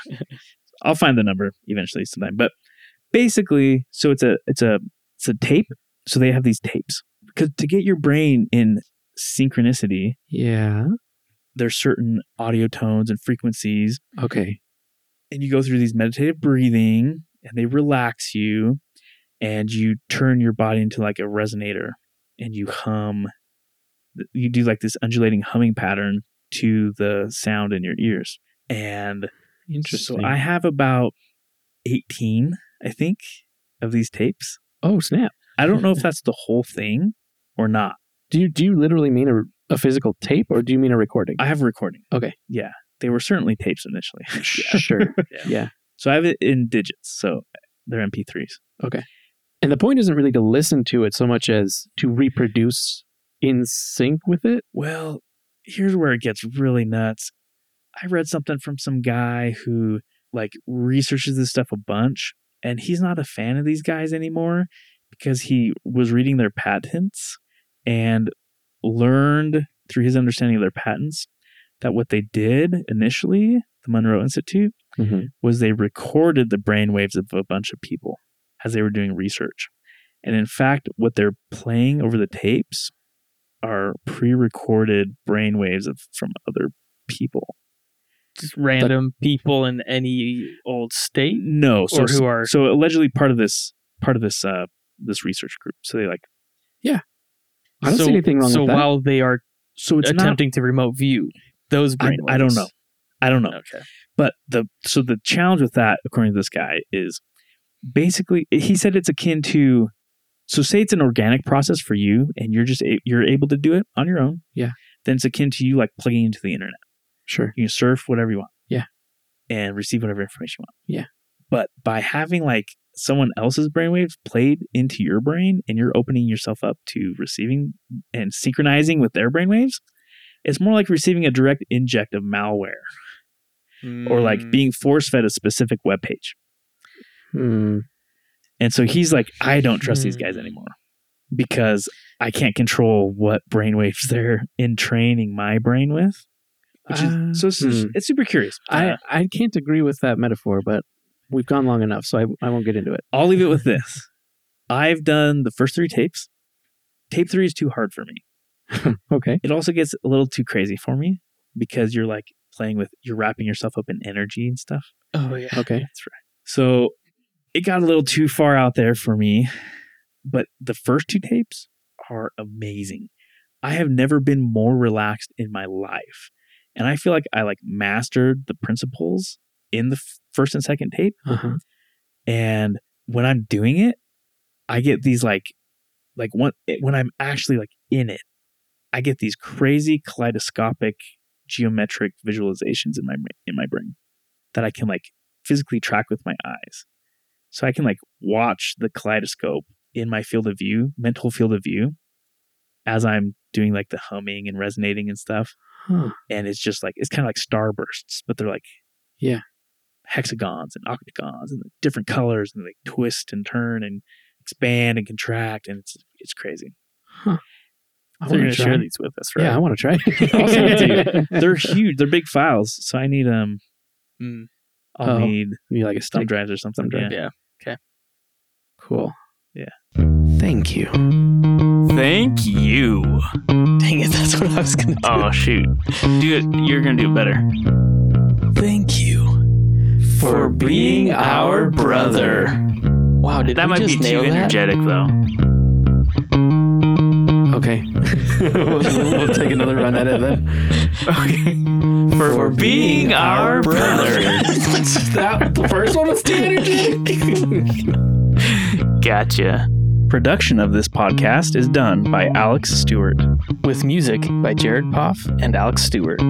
Speaker 2: I'll find the number eventually sometime. But basically, so it's a it's a it's a tape. So they have these tapes because to get your brain in synchronicity,
Speaker 1: yeah.
Speaker 2: there's certain audio tones and frequencies,
Speaker 1: Okay.
Speaker 2: and you go through these meditative breathing, and they relax you, and you turn your body into like a resonator, and you hum. You do like this undulating humming pattern to the sound in your ears, and
Speaker 1: Interesting.
Speaker 2: So I have about 18, I think, of these tapes.
Speaker 1: oh snap.
Speaker 2: I don't know if that's the whole thing or not.
Speaker 1: Do you do you literally mean a, a physical tape or do you mean a recording?
Speaker 2: I have a recording.
Speaker 1: Okay.
Speaker 2: Yeah. They were certainly tapes initially.
Speaker 1: Sure.
Speaker 2: Yeah. So I have it in digits. So they're MP3s.
Speaker 1: And the point isn't really to listen to it so much as to reproduce in sync with it.
Speaker 2: Well, here's where it gets really nuts. I read something from some guy who like researches this stuff a bunch, and he's not a fan of these guys anymore because he was reading their patents and learned through his understanding of their patents that what they did initially, the Monroe Institute,
Speaker 1: Mhm.
Speaker 2: was they recorded the brainwaves of a bunch of people as they were doing research. And in fact, what they're playing over the tapes are pre-recorded brainwaves of, from other people.
Speaker 7: Just random people in any old state
Speaker 2: No, so
Speaker 7: or who are
Speaker 2: so allegedly part of this part of this uh this research group. So they like
Speaker 1: I don't
Speaker 7: so,
Speaker 1: see anything wrong
Speaker 7: So
Speaker 1: with that.
Speaker 7: while they are
Speaker 2: so it's not
Speaker 7: attempting to remote view those
Speaker 2: I,
Speaker 7: brainwaves.
Speaker 2: I don't know. I don't know.
Speaker 7: Okay.
Speaker 2: But the so the challenge with that, according to this guy, is basically he said it's akin to so say it's an organic process for you and you're just a, you're able to do it on your own.
Speaker 1: Yeah.
Speaker 2: Then it's akin to you like plugging into the internet.
Speaker 1: sure.
Speaker 2: You can surf whatever you want.
Speaker 1: Yeah.
Speaker 2: And receive whatever information you want.
Speaker 1: Yeah.
Speaker 2: But by having like someone else's brainwaves played into your brain and you're opening yourself up to receiving and synchronizing with their brainwaves, it's more like receiving a direct inject of malware or
Speaker 3: Mm.
Speaker 2: like being force fed a specific web page.
Speaker 1: Hmm.
Speaker 2: And so he's like, I don't trust these guys
Speaker 7: Hmm.
Speaker 2: anymore because I can't control what brainwaves they're entraining my brain with. Which is
Speaker 1: Uh,
Speaker 2: so it's,
Speaker 1: hmm.
Speaker 2: it's super curious.
Speaker 1: I, I can't agree with that metaphor, but we've gone long enough, so I, I won't get into it.
Speaker 2: I'll leave it with this. I've done the first three tapes. Tape three is too hard for me.
Speaker 1: Okay.
Speaker 2: It also gets a little too crazy for me because you're like playing with, you're wrapping yourself up in energy and stuff.
Speaker 7: Oh yeah.
Speaker 1: Okay.
Speaker 2: That's right. So it got a little too far out there for me, but the first two tapes are amazing. I have never been more relaxed in my life. And I feel like I like mastered the principles in the f- first and second tape.
Speaker 1: Uh-huh.
Speaker 2: and when i'm doing it i get these like like one, eh, when i'm actually like in it i get these crazy kaleidoscopic geometric visualizations in my in my brain that i can like physically track with my eyes so i can like watch the kaleidoscope in my field of view mental field of view as i'm doing like the humming and resonating and stuff
Speaker 1: Huh.
Speaker 2: and it's just like it's kind of like starbursts, but they're like
Speaker 1: Yeah.
Speaker 2: hexagons and octagons and different colors and they twist and turn and expand and contract and it's it's crazy.
Speaker 1: I
Speaker 2: They're
Speaker 1: want
Speaker 2: gonna
Speaker 1: to try.
Speaker 2: share these with us, right?
Speaker 1: Yeah, I want to try.
Speaker 2: I'll send it they're huge. They're big files, so I need um,
Speaker 7: Mm.
Speaker 2: I'll
Speaker 1: Oh,
Speaker 2: need
Speaker 1: You like a
Speaker 2: thumb
Speaker 1: stomach.
Speaker 2: drives or something.
Speaker 1: thumb drive.
Speaker 2: Yeah.
Speaker 7: Yeah.
Speaker 1: Cool.
Speaker 8: Thank you.
Speaker 3: Thank you.
Speaker 8: Dang it, that's what I was gonna do.
Speaker 3: Oh shoot. Do it. You're gonna do better.
Speaker 8: Thank you for being our brother.
Speaker 3: Wow, did that
Speaker 8: we
Speaker 3: might
Speaker 8: just
Speaker 3: be
Speaker 8: nail
Speaker 3: too
Speaker 8: that?
Speaker 3: energetic though.
Speaker 1: Okay.
Speaker 8: we'll, we'll take another run at it then. Okay. For, being our brother.
Speaker 1: that, the first one was too energetic.
Speaker 3: Gotcha.
Speaker 9: Production of this podcast is done by Alex Stewart.
Speaker 3: with music by Jared Poff and Alex Stewart.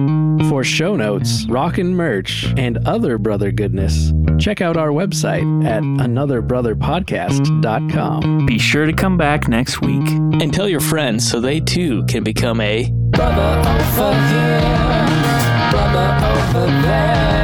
Speaker 1: For show notes, rockin' merch, and other brother goodness, check out our website at anotherbrotherpodcast.com.
Speaker 10: Be sure to come back next week.
Speaker 3: And tell your friends so they too can become a
Speaker 1: Brother over here, brother over there.